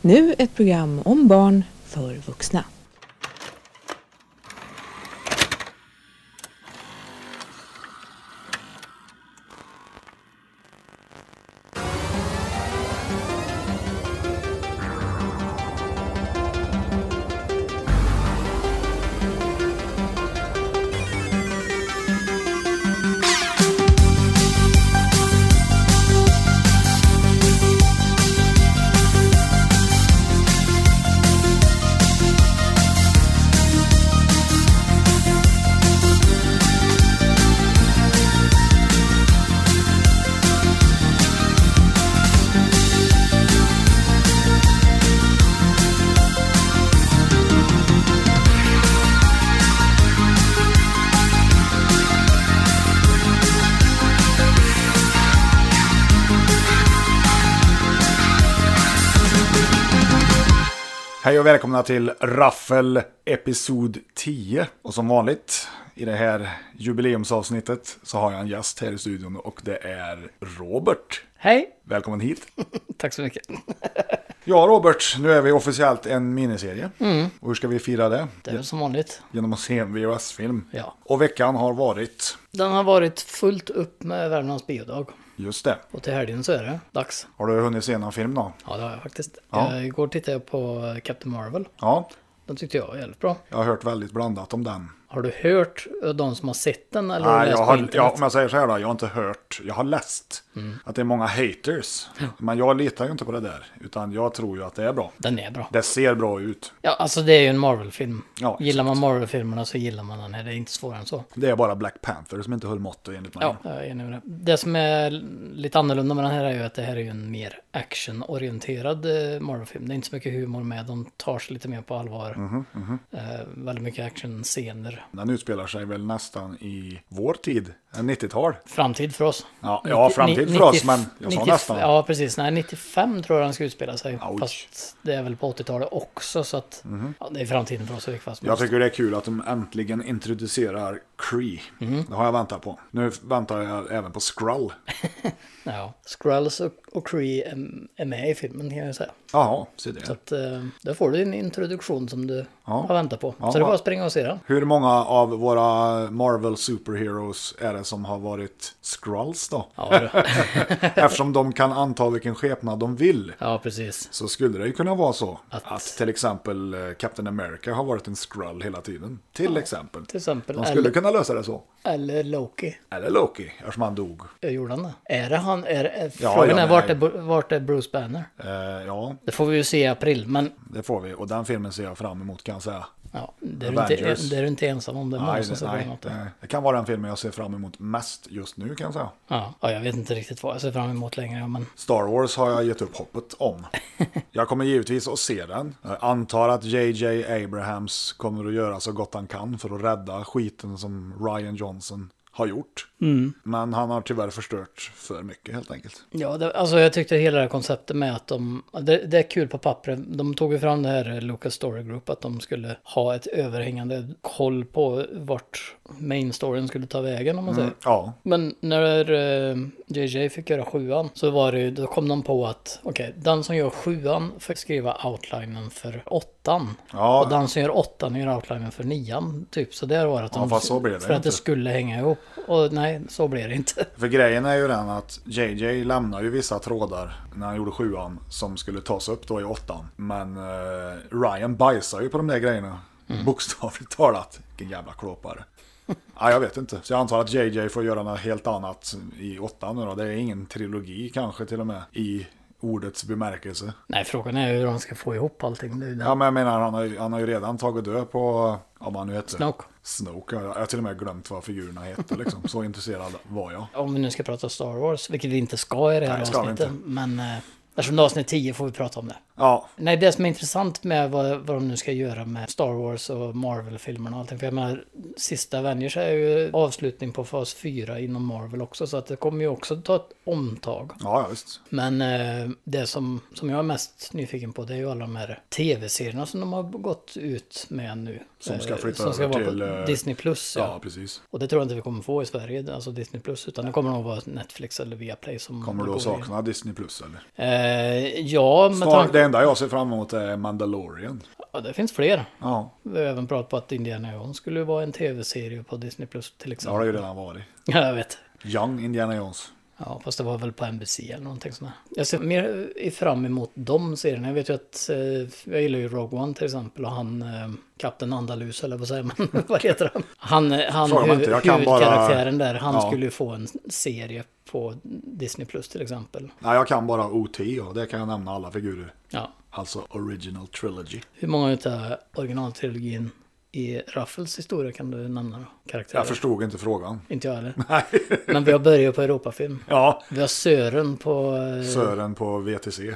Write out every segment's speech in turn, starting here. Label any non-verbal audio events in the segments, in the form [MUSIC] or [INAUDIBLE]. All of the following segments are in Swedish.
Nu ett program om barn för vuxna. Hej och välkomna till Raffel Episod 10. Och som vanligt i det här jubileumsavsnittet så har jag en gäst här i studion och det är Robert. Hej! Välkommen hit. Tack så mycket. Ja Robert, nu är vi officiellt en miniserie. Och hur ska vi fira det? Det är väl som vanligt. Genom att se en VHS-film. Ja. Och veckan har varit Den har varit fullt upp med Värmlands biodag. just det. Och till helgen så är det dags. Har du hunnit se någon film då? Ja, det har jag faktiskt. Ja. Eh, Igår tittade jag på Captain Marvel. Ja, Den tyckte jag var jävligt bra. jag har hört väldigt blandat om den. Har du hört eh, de som har sett den eller Nej, jag läst på har, internet? jag, om jag säger så här då, jag har inte hört, jag har läst att det är många haters. Men jag litar ju inte på det där, utan jag tror ju att det är bra. Den är bra. Det ser bra ut. Ja, alltså det är ju en Marvel-film. Ja, gillar man Marvel-filmerna så gillar man den här. Det är inte svårare än så. Det är bara Black Panther som inte höll måttet enligt mig. Ja, jag är enig med det. Det som är lite annorlunda med den här är ju att det här är ju en mer actionorienterad eh, Marvel-film. Det är inte så mycket humor med, de tar sig lite mer på allvar. Mhm, Eh, väldigt mycket actionscener. Den utspelar sig väl nästan i vår tid, eh, en 90-tal. Framtid för oss. Ja, ja, framtid för oss, men jag sa nästan. Ja, precis. Nej, 95 tror jag den ska utspela sig. Oj. Fast det är väl på 80-talet också, så att ja, det är framtiden för oss i vilket fall som Mhm. Jag helst. tycker det är kul att de äntligen introducerar Cree. Mhm. Det har jag väntat på. Nu väntar jag även på Skrull. Ja, Skrulls och, och Kree är, är med i filmen kan jag säga. Jaha, se det. Att, eh, där får du en introduktion som du Ja. har väntat på. Ja, så det är bara ja. att springa och se den. Hur många av våra Marvel Superheroes är det som har varit Skrulls då? Ja, du. [LAUGHS] Eftersom de kan anta vilken skepnad de vill. ja precis. Så skulle det ju kunna vara så Att- att, till exempel eh, Captain America har varit en Skrull hela tiden. Till exempel. Till exempel. De skulle eller, kunna lösa det så. eller Loki. Eller Loki, eftersom han dog. Eh, Gjorde han det? Är det han? Är, är, Ja, frågan ja, är vart, nej. är Bru- vart är Bruce Banner? Eh, ja, Det får vi ju se i april, men det får vi. Och den filmen ser jag fram emot kan jag säga. ja, det, är du inte, Avengers. det är du inte ensam om. Det är många Nej, som ser fram nej, emot det. det, det kan vara den filmen jag ser fram emot mest just nu kan jag säga. Ja, ja, jag vet inte riktigt vad jag ser fram emot längre, men Star Wars har jag gett upp hoppet om. Jag kommer givetvis att se den. Jag antar att JJ Abrahams kommer att göra så gott han kan för att rädda skiten som Ryan Johnson har gjort. Men han har tyvärr förstört för mycket helt enkelt. Ja, det, alltså jag tyckte hela det här konceptet med att de, det, det är kul på pappret, de tog ju fram det här Lucas Story Group, att de skulle ha ett överhängande koll på vart main storyn skulle ta vägen om man Mm. säger. Ja, Men när eh, JJ fick göra sjuan så var det ju, då kom de på att okej, den som gör sjuan får skriva outlinen för åttan. Ja. Och den som gör åttan gör outlinen för nian, typ. Så där var det att de, fast så blev det för att det inte. skulle hänga ihop. Och nej, så blev det inte. [LAUGHS] för grejen är ju den att JJ lämnar ju vissa trådar när han gjorde sjuan som skulle tas upp då i åttan. Men eh, Ryan bajsar ju på de där grejerna. Bokstavligt talat. Vilken jävla klåpare. Ja, jag vet inte. Så jag antar att JJ får göra något helt annat i åttan nu då. Det är ingen trilogi kanske till och med i ordets bemärkelse. Nej, frågan är ju hur de ska få ihop allting. Det är ju det. Ja, men jag menar han har ju, han har ju redan tagit död på, om han nu heter Snoke. Snoke, ja. jag har till och med glömt vad figurerna hette liksom. Så intresserad var jag. Om vi nu ska prata Star Wars, vilket vi inte ska i det här Nej, ska vi avsnittet. Men eh, eftersom det är avsnitt 10 får vi prata om det. Ja, Nej, det som är intressant med vad, vad de nu ska göra med Star Wars och Marvel-filmerna och allting. För jag menar, sista Avengers är ju avslutning på fas 4 inom Marvel också. Så att det kommer ju också ta ett omtag. ja ja, visst. Men eh, det som, som jag är mest nyfiken på det är ju alla de här tv-serierna som de har gått ut med nu. Som ska Eh, flytta Som ska över vara till, på eh, Disney+. Plus, Ja, precis. Och det tror jag inte vi kommer få i Sverige, alltså Disney Plus, utan det kommer nog vara Netflix eller Viaplay som... Kommer du går att i- sakna Disney Plus eller? Eh, Eh, ja, med Svar, tanke... det enda jag ser fram emot är Mandalorian. Ja, det finns fler. Ja, Vi har även pratat på att Indiana Jones skulle ju vara en tv-serie på Disney Plus till det har det exempel. [LAUGHS] ju redan varit. Ja, jag vet. Young Indiana Jones. Ja, fast det var väl på NBC eller någonting sånt där. Jag ser mer i- fram emot de serierna. Jag vet ju att, eh, jag gillar ju Rogue One till exempel och han, eh, Kapten Andalus eller vad säger man, [LAUGHS] vad heter han? Han, eh, han Fråga mig hu- inte, jag kan bara- huvudkaraktären där, han Ja. skulle ju få en serie på Disney Plus till exempel. Nej, jag kan bara OT och det kan jag nämna alla figurer. Ja. Alltså Original Trilogy. Hur många utav originaltrilogin i Raffles historia kan du nämna då? Karaktärer? Jag förstod inte frågan. Inte jag heller. Nej. [LAUGHS] Men vi har börjat på Europafilm. Ja, Vi har Sören på... eh, Sören på VTC.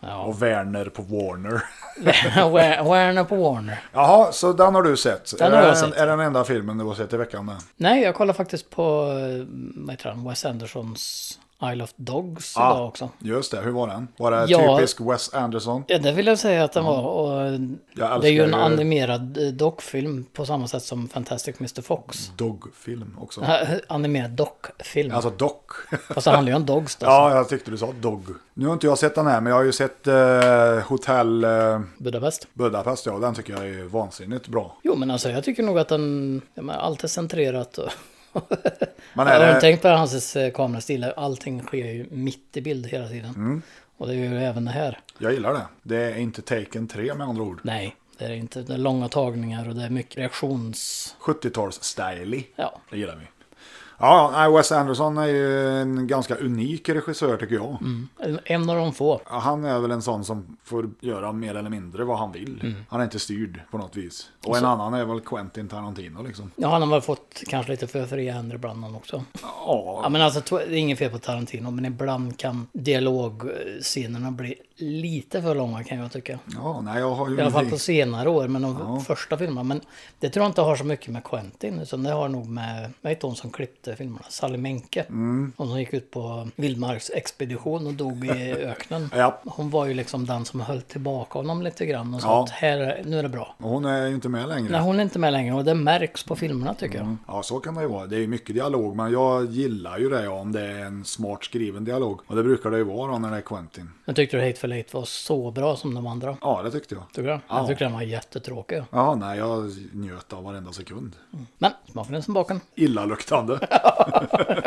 Ja, Och Werner på Warner. [LAUGHS] Wer- eh, Werner på Warner. Jaha, så den har du sett. Den är, har det jag den- sett. är det den enda filmen du har sett i veckan med? Nej, jag kollar faktiskt på eh, vad heter han, Wes Andersons Isle of Dogs Ah. idag också. Just det, hur var den? Var det Ja. typisk Wes Anderson? Ja, det vill jag säga att den var. Och eh, Jag det är ju en Mm. älskar ju- animerad eh, dockfilm på samma sätt som Fantastic Mr. Fox. Dog-film också. [LAUGHS] Animerad dockfilm. Mm. Alltså dock. Fast det handlar ju om dogs [LAUGHS] då. ja, jag tyckte du sa dog. Nu har inte jag sett den här, men jag har ju sett eh, Hotel eh, Budapest. Budapest. Ja, den tycker jag är vansinnigt bra. Jo, men alltså jag tycker nog att den... Ja, men allt är [LAUGHS] centrerat och... Men jag har är du det, tänkt på hans eh, kamerastilla? Allting sker ju mitt i bild hela tiden. Mm. Och det gör ju även det här. jag gillar det. Det är inte Taken 3 med andra ord. Nej, det är det inte. Det är långa tagningar och det är mycket reaktions... 70-tals-stylig. Ja, Det gillar vi. Ja, nej, Wes Anderson är ju en ganska unik regissör tycker jag. en- en av de få. Ja, Han är väl en sån som får göra mer eller mindre vad han vill. Han är inte styrd på något vis. Och en annan är väl Quentin Tarantino liksom. Ja, han har väl fått kanske lite för fria händer ibland han också. Ja, Ja, men alltså to- det är inget fel på Tarantino, men ibland kan dialogscenerna bli lite för långa kan jag tycka. ja nej jag har ju... I alla fall på senare år, men de första filmerna. Men det tror jag inte har så mycket med Quentin, utan det har nog med, vad heter hon som klippte filmerna? Sally Menke. Mm. Hon som gick ut på vildmarksexpedition och [LAUGHS] dog i öknen. Ja, Hon var ju liksom den som höll tillbaka honom lite grann och sa Ja. att här, nu är det bra. hon är ju inte med längre. Nej, hon är inte med längre och det märks på filmerna tycker jag. Ja, så kan det ju vara. Det är ju mycket dialog, men jag gillar ju det ja, om det är en smart skriven dialog. Och det brukar det ju vara då, när det är Quentin. Jag tyckte du Hateful Eight var så bra som de andra. Ja, det tyckte jag. Tycker du? Ja. Jag tyckte den var jättetråkig. Ja, nej, jag njöt av varenda sekund. Men smaken är som baken. illaluktande. [LAUGHS]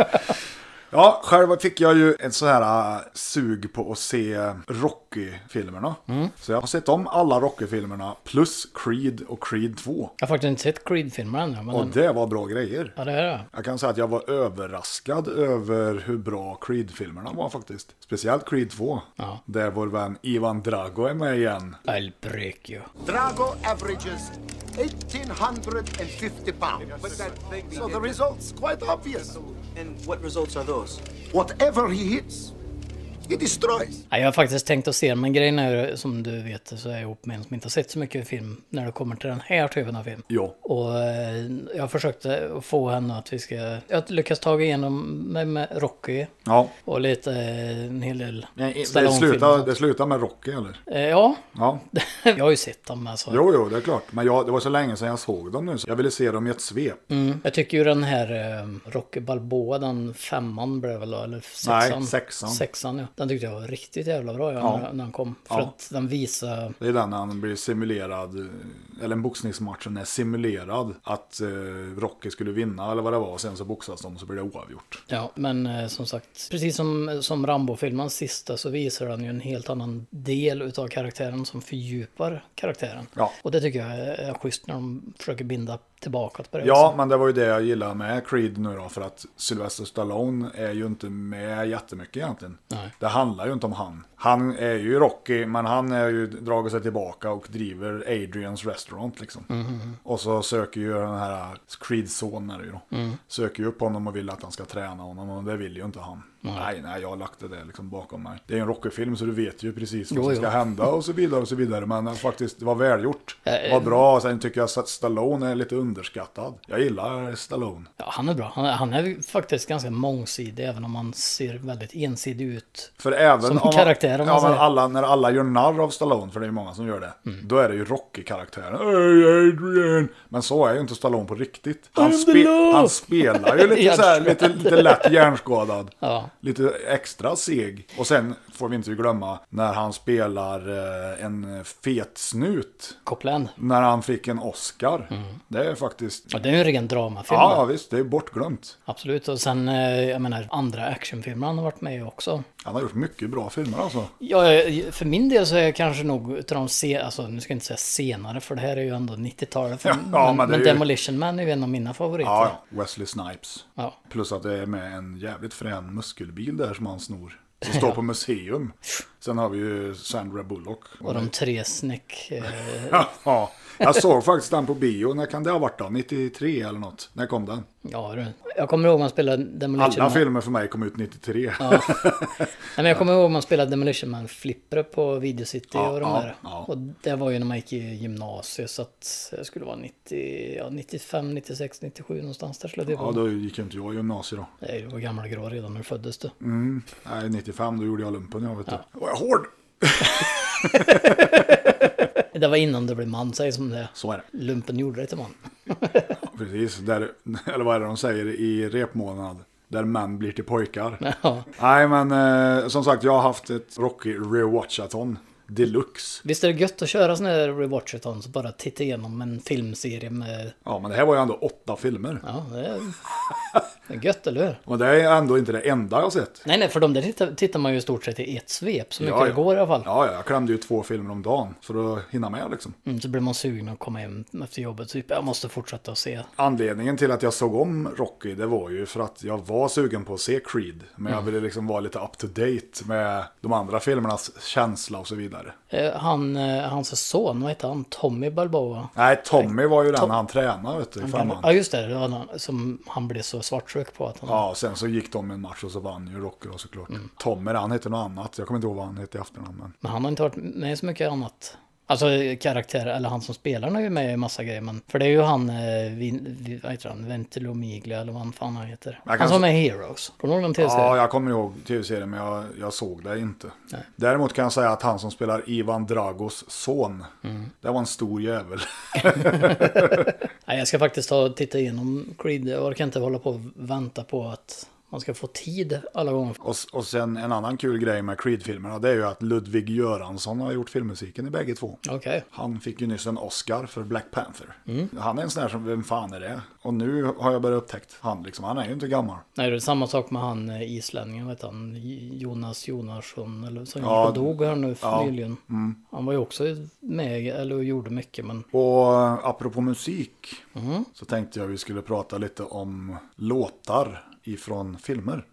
Ja, själv fick jag ju ett så här äh, sug på att se Rocky-filmerna. Så jag har sett om alla Rocky-filmerna plus Creed och Creed 2. Jag har faktiskt inte sett Creed-filmerna ännu. Men Och den, det var bra grejer. ja, det är det. Jag kan säga att jag var överraskad över hur bra Creed-filmerna var faktiskt. Speciellt Creed 2. Ja. Där vår vän Ivan Drago är med igen. El Bricchio. Drago averages 1,850 pounds. So the result's quite obvious. And what results are those? Whatever he hits, he destroys. Ja, jag har faktiskt tänkt att se den, men grejen är ju, som du vet så är jag ihop med en som inte har sett så mycket film när det kommer till den här typen av film. Ja. Och eh, jag försökte få henne att vi ska... Jag lyckas ta igenom med, med Rocky Ja. och lite eh, en hel del Det Stallone-filmer. slutar, det slutar med Rocky eller? Eh, Ja, [LAUGHS] Ja. jag har ju sett dem alltså. Jo, jo, det är klart. Men jag, det var så länge sedan jag såg dem nu, så jag ville se dem i ett svep. Mm. Jag tycker ju den här eh, Rocky Balboa, den femman blev väl då, eller sexan? Nej, sexan. Sexan, ja. Den tyckte jag var riktigt jävla bra ja, Ja. När, när den kom. För Ja. att den visar... Det är den när han blir simulerad, eh, eller en boxningsmatchen är simulerad att eh, Rocky skulle vinna eller vad det var. Och sen så boxas de och så blir det oavgjort. Ja, men eh, som sagt, precis som, som Rambo-filmens sista så visar den ju en helt annan del utav karaktären som fördjupar karaktären. Ja. Och det tycker jag är, är schysst när de försöker binda tillbaka på det Ja, viset. men det var ju det jag gillade med Creed nu då, för att Sylvester Stallone är ju inte med jättemycket egentligen. Nej. Det handlar ju inte om han. Han är ju Rocky, men han är ju dragit sig tillbaka och driver Adrians restaurant liksom. Och så söker ju den här Creeds son är det ju då. Söker ju upp honom och vill att han ska träna honom och det vill ju inte han. Nej, nej, jag har lagt det där liksom bakom mig. Det är en Rocky-film så du vet ju precis vad Jo, som jo. ska hända och så vidare och så vidare. Men eh, faktiskt, det var välgjort. Eh, Vad bra, sen tycker jag att Stallone är lite underskattad. Jag gillar Stallone. Ja, han är bra. Han, är- han är ju faktiskt ganska mångsidig, även om han ser väldigt ensidig ut. För även Som karaktär, om man ja, men säger. Mm. alla, när alla gör narr av Stallone, för det är ju många som gör det, då är det ju Rocky-karaktären. Hey Adrian! Men så är ju inte Stallone på riktigt. Han, I'm the law! [LAUGHS] han spelar ju lite, så här, lite, lite lätt hjärnskadad. Ja. lite extra seg. Och sen får vi inte glömma när han spelar eh, en fet snut. Copland. När han fick en Oscar. Mm. Det är faktiskt... Ja, det är ju en ren dramafilm. Ja, ja, visst. Det är bortglömt. Absolut. Och sen, eh, jag menar, andra actionfilmer han har varit med i också. Han har gjort mycket bra filmer alltså. Ja, eh, för min del så är jag kanske nog utav de se, alltså nu ska jag inte säga senare, för det här är ju ändå 90-talet. för- Ja, ja, men det är ju- Demolition Man är ju en av mina favoriter. Ja, ja. Wesley Snipes. Ja. Plus att det är med en jävligt frän muskelbil där som han snor. Som står på museum. Sen har vi ju Sandra Bullock. Och de tre snäck... Eh, [LAUGHS] ja, jag såg faktiskt den på bio. När kan det ha varit då? 93 eller något? När kom den? ja, du. Jag kommer ihåg man spelade Demolition Alla Man. filmer för mig kom ut 93. Nej, men jag kommer ihåg man spelade Demolition Man Flipper på Video City Ja, och de ja, där. ja. Och det var ju när man gick i gymnasiet så att det skulle vara 90, ja, 95, 96, 97 någonstans där skulle det Ja, vara. då gick ju inte jag i gymnasiet då. Nej, du var gammal och grå redan när du föddes du. Nej, 95 då gjorde jag lumpen jag vet du. Var jag hård? Det var innan du blev man, säger som det. är. Så är det. Lumpen gjorde dig till man. Precis, där, [LAUGHS] eller vad är det de säger i repmånad? Där män blir till pojkar. Ja. Nej men eh, som sagt, jag har haft ett Rocky rewatchathon deluxe. Visst är det gött att köra sån här rewatchathon så bara titta igenom en filmserie med... Ja men det här var ju ändå åtta filmer. Ja, det är, det är gött, eller hur? Och det är ändå inte det enda jag har sett. Nej, nej, för de där tittar, tittar man ju i stort sett i ett svep, så mycket Ja, det ja. går i alla fall. Ja, ja, jag klämde ju två filmer om dagen för att hinna med liksom. Mm, så blir man sugen att komma hem efter jobbet, typ jag måste fortsätta att se. Anledningen till att jag såg om Rocky det var ju för att jag var sugen på att se Creed. Men jag ville liksom vara lite up to date med de andra filmernas känsla och så vidare. Eh, Han, eh, hans son, vad heter han? Tommy Balboa? Nej, Tommy var ju den han tränade vet du, i femman. Ja, just det, det var han som han blev så svartsjuk på att han... Ja, sen så gick de en match och så vann ju Rocky då såklart. Tommy han hette något annat, jag kommer inte ihåg vad han hette i efternamn. Men... Men han har inte varit med så mycket annat. Alltså karaktär, eller han som spelar han är ju med i massa grejer. Men, för det är ju han, eh, vin, vi- vad heter han, Ventilomiglia eller vad han fan han heter. Jag kan Han som se- är Heroes. Kommer du ihåg den Ja, tv-serien? jag kommer ihåg tv-serien men jag, jag såg det inte. Däremot kan jag säga att han som spelar Ivan Dragos son, det var en stor jävel. [LAUGHS] Nej, jag ska faktiskt ta och titta igenom Creed. Jag orkar inte hålla på och vänta på att man ska få tid alla gånger. Och, s- och sen en annan kul grej med Creed-filmerna, det är ju att Ludwig Göransson har gjort filmmusiken i bägge två. Okej. Han fick ju nyss en Oscar för Black Panther. Han är en sån här som, vem fan är det? Och nu har jag börjat upptäckt han liksom, han är ju inte gammal. Nej, det är samma sak med han eh, islänningen, vet han? J- Jonas Jonasson, eller som Ja, Mm. ja, dog här nu nyligen. Han var ju också med, eller gjorde mycket, men Och eh, apropå musik så tänkte jag vi skulle prata lite om låtar ifrån filmer.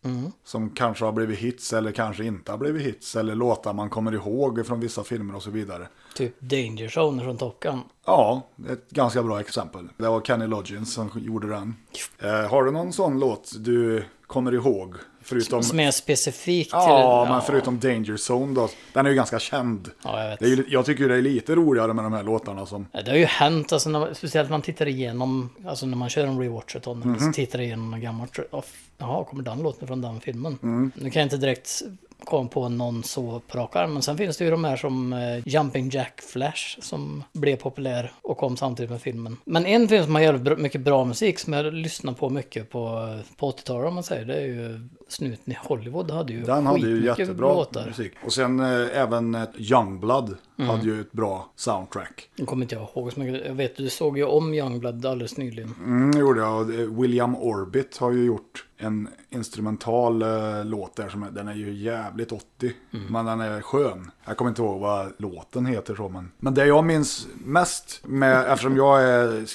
Som kanske har blivit hits eller kanske inte har blivit hits. Eller låtar man kommer ihåg från vissa filmer och så vidare. typ Danger Zone från Top Gun. Ja, ett ganska bra exempel. Det var Kenny Loggins som gjorde den. Eh, har du någon sån låt du kommer ihåg? Förutom... Som är specifikt till... Ja, men förutom Danger Zone då. Den är ju ganska känd. Ja, jag vet. Det är ju, jag tycker ju det är lite roligare med de här låtarna som... Ja, Det har ju hänt, alltså, när man, speciellt när man tittar igenom, alltså när man kör en rewatchathon, mm Mhm. så tittar igenom något gammalt. och f- Jaha, kommer den låten från den filmen? Mm. Nu kan jag inte direkt komma på någon så på rak arm, men sen finns det ju de här som eh, Jumping Jack Flash som blev populär och kom samtidigt med filmen. Men en film som har jävligt bra- mycket bra musik som jag lyssnar på mycket på, eh, på 80-talet om man säger, det är ju Snuten i Hollywood hade ju Den hade ju skitmycket jättebra låtar. Mm. musik. Och sen eh, även eh, Youngblood hade ju ett bra soundtrack. Nu kommer inte jag ihåg så mycket, jag vet du såg ju om Youngblood alldeles nyligen. Mm, det gjorde jag. Och, eh, William Orbit har ju gjort en instrumental eh, låt där. Som, är- den är ju jävligt 80. Mm. Men den är skön. Jag kommer inte ihåg vad låten heter så. Men, men det jag minns mest, med, eftersom jag är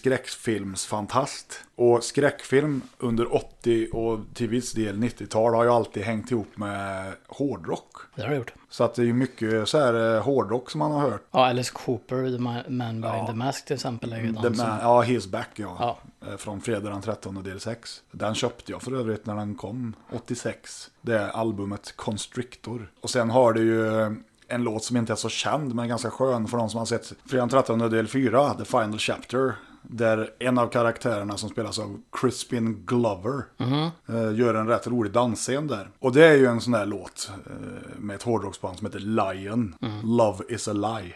skräckfilmsfantast. Och skräckfilm under 80 och till viss del 90-tal har ju alltid hängt ihop med hårdrock. Det har jag gjort. Så att det är ju mycket så här eh, hårdrock som man har hört. Ja, Alice Cooper, The Ma- Man Behind the Mask till exempel. Är ju Mm, The den som, man, ja, He's Back ja. Ja. Eh, Från fredag den 13 del 6. Den köpte jag för övrigt när den kom, 86. Det är albumet Constrictor. Och sen har du ju eh, en låt som inte är så känd men ganska skön för de som har sett fredag den 13 del 4, The Final Chapter. Där en av karaktärerna som spelas av Crispin Glover eh, gör en rätt rolig dansscen där. Och det är ju en sån där låt eh, med ett hårdrocksband som heter Lion. Love is a lie.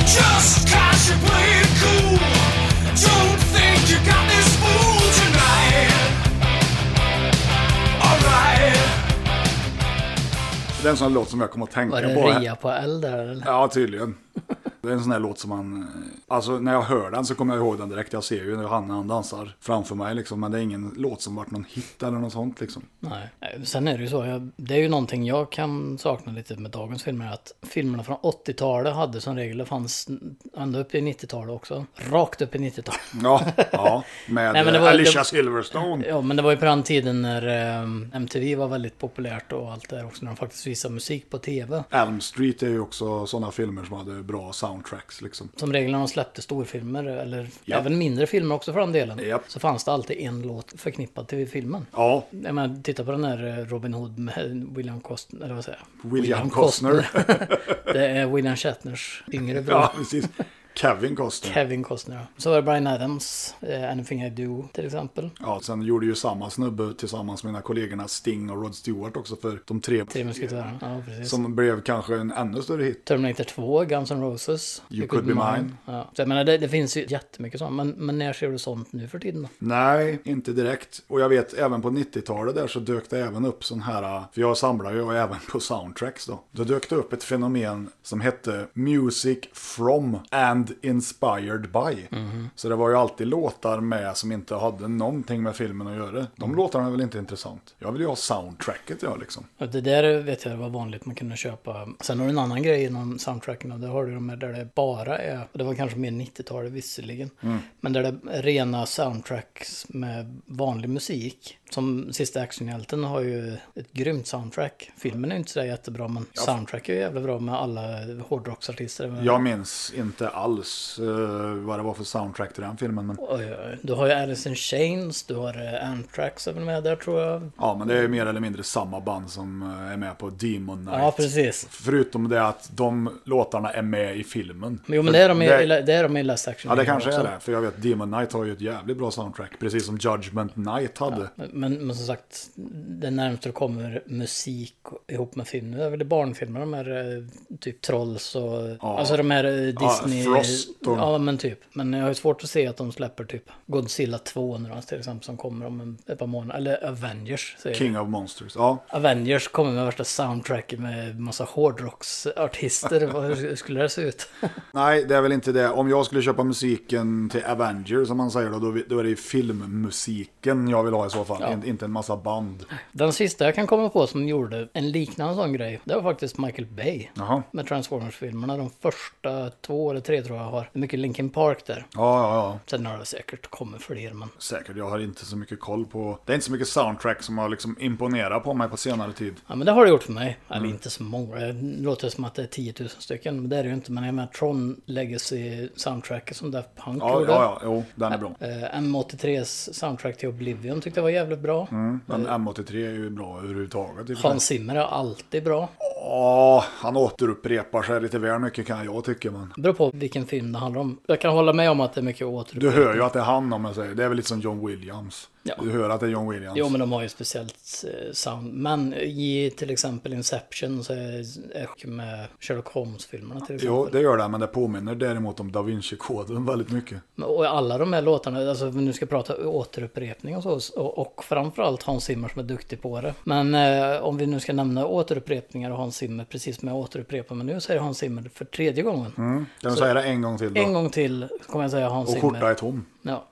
Just cause you play it cool Don't think you got this fool tonight Alright Det är en sån här låt som jag kommer att tänka Var på. det här- rea på eld där eller? Ja, tydligen. Det är en sån där låt som man... eh, Alltså när jag hör den så kommer jag ihåg den direkt. Jag ser ju när han, när han dansar framför mig liksom. Men det är ingen låt som varit någon hit eller något sånt liksom. Nej. Eh, Sen är det ju så, jag, det är ju någonting jag kan sakna lite med dagens filmer. Att filmerna från 80-talet hade som regel, det fanns ända upp i 90-talet också. Rakt upp i 90-talet. Ja, ja. Med Nej, men det eh, var- Alicia det- Silverstone. Ja, men det var ju på den tiden när eh, MTV var väldigt populärt och allt det där också. När de faktiskt visade musik på tv. Elm Street är ju också sådana filmer som hade bra soundtracks liksom. Som regel när de släppte storfilmer, eller Ja. även mindre filmer också för den delen. Japp. Så fanns det alltid en låt förknippad till filmen. Ja, Jag menar, titta på den här eh, Robin Hood med William Costner, eller vad säger jag? William [LAUGHS] det är William Shatners yngre bror. [LAUGHS] ja precis. Kevin Costner. Kevin Costner. ja. Så var det Brian Adams, eh, Anything I Do till exempel. Ja, sen gjorde ju samma snubbe tillsammans med mina kollegorna Sting och Rod Stewart också för de tre, Tre musketörerna, ja precis. som blev kanske en ännu större hit. Terminator 2, Guns N' Roses. You Could Be Mine. Ja. Så jag menar, det, det finns ju jättemycket sånt. Men, men när ser du sånt nu för tiden? då? Nej, inte direkt. Och jag vet även på 90-talet där så dök det även upp sån här, för jag samlar ju även på soundtracks då. Då dök det upp ett fenomen som hette Music from and inspired by. Så det var ju alltid låtar med som inte hade någonting med filmen att göra. De låtarna är väl inte intressant. Jag vill ju ha soundtracket jag liksom. Och Det där vet jag var vanligt man kunde köpa. Sen har du en annan grej inom soundtracken och det har du de här där det bara är, och det var kanske mer 90-talet visserligen, Mm. men där det är rena soundtracks med vanlig musik. Som Sista actionhjälten har ju ett grymt soundtrack. Filmen är ju inte så där jättebra men soundtrack är ju jävla bra med alla hårdrocksartister. Men- Jag minns inte alls eh, vad det var för soundtrack till den filmen. Men, Oj, oj, oj. Du har ju Alice in Chains, du har eh, Anthrax även med där tror jag. ja, men det är ju mer eller mindre samma band som eh, är med på Demon Night. Ja, precis. Förutom det att de låtarna är med i filmen. Men Jo men det är de i, Det- det är de i Last Action Ja, det kanske också. är det. För jag vet, Demon Knight har ju ett jävligt bra soundtrack. Precis som Judgment Night hade. Men, men som sagt, det närmaste det kommer musik ihop med film. Det är väl barnfilmer, de här eh, typ Trolls och... Alltså de här eh, Disney... Frost och- Ja, men typ. Men jag har ju svårt att se att de släpper typ Godzilla 2 nu då, till exempel, liksom som kommer om en, ett par månader. Eller Avengers, säger jag. King of Monsters. Ja, Avengers kommer med värsta soundtracket med [LAUGHS] massa hårdrocksartister. Vad- Hur skulle det se ut? nej, det är väl inte det. Om jag skulle köpa musiken till Avengers, som man säger då, då, vi- då är det ju filmmusiken jag vill ha i så fall. In, inte en massa band. Den sista jag kan komma på som gjorde en liknande sån grej, det var faktiskt Michael Bay. Jaha. Med Transformers-filmerna, de första två eller tre tror jag har. Det är mycket Linkin Park där. Ja, ja, ja. Sen har det säkert kommit fler, men... Säkert, jag har inte så mycket koll på... Det är inte så mycket soundtrack som har liksom imponerat på mig på senare tid. Ja men det har det gjort för mig. Eller Mm. inte så många. Det låter som att det är 10 000 stycken. Men det är det ju inte. Men jag menar Tron Legacy soundtracket som Daft Punk Ja, ja, gjorde. ja, jo, den är bra. Eh, M83s soundtrack till Oblivion tyckte jag var jävligt bra. Men M83 är ju bra överhuvudtaget. i och för sig. Hans Zimmer är alltid bra. Ja, han återupprepar sig lite väl mycket kan jag tycka. Men Det beror på vilken film det handlar om. Jag kan hålla med om att det är mycket åter... du hör ju att det är han om jag säger. Det är väl lite som John Williams. Ja. Du hör att det är John Williams. Jo men de har ju speciellt eh, sound. Men i till exempel Inception så är är med Sherlock Holmes-filmerna till exempel. Jo, det gör det, men det påminner däremot om Da Vinci-koden väldigt mycket. Och alla de här låtarna, alltså om vi nu ska prata återupprepning och så, och, och framförallt Hans Zimmer som är duktig på det. Men eh, om vi nu ska nämna återupprepningar och Hans Zimmer, precis som jag återupprepar mig nu, säger Hans Zimmer för tredje gången. Kan du säga det en gång till då? En gång till kommer jag säga Hans Mm, Och Zimmer. skjorta är tom. Ja.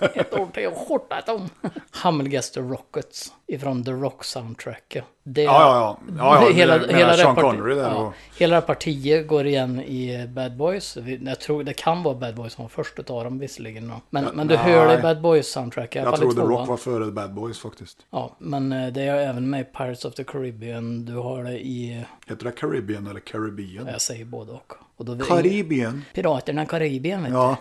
[LAUGHS] Ett ord till och skjorta är tom. Hammergast Rockets ifrån The Rock soundtracket. Det, Ja, ja, ja. ja, ja hela, med- med hela, det Sean här parti- Connery där. ja, Och, hela det här partiet går igen i Bad Boys. Vi- Jag tror det kan vara Bad Boys som var först utav dem visserligen. då. Men, men du hör det i nej. Bad Boys soundtrack. i alla jag fall tror i The Rock tvåan. var före The Bad Boys faktiskt. Ja, men eh, det är även med i Pirates of the Caribbean. Du har det i, Heter det Caribbean eller Caribbean? jag säger både och. och då Karibien. Piraterna i Karibien vet du. Ja,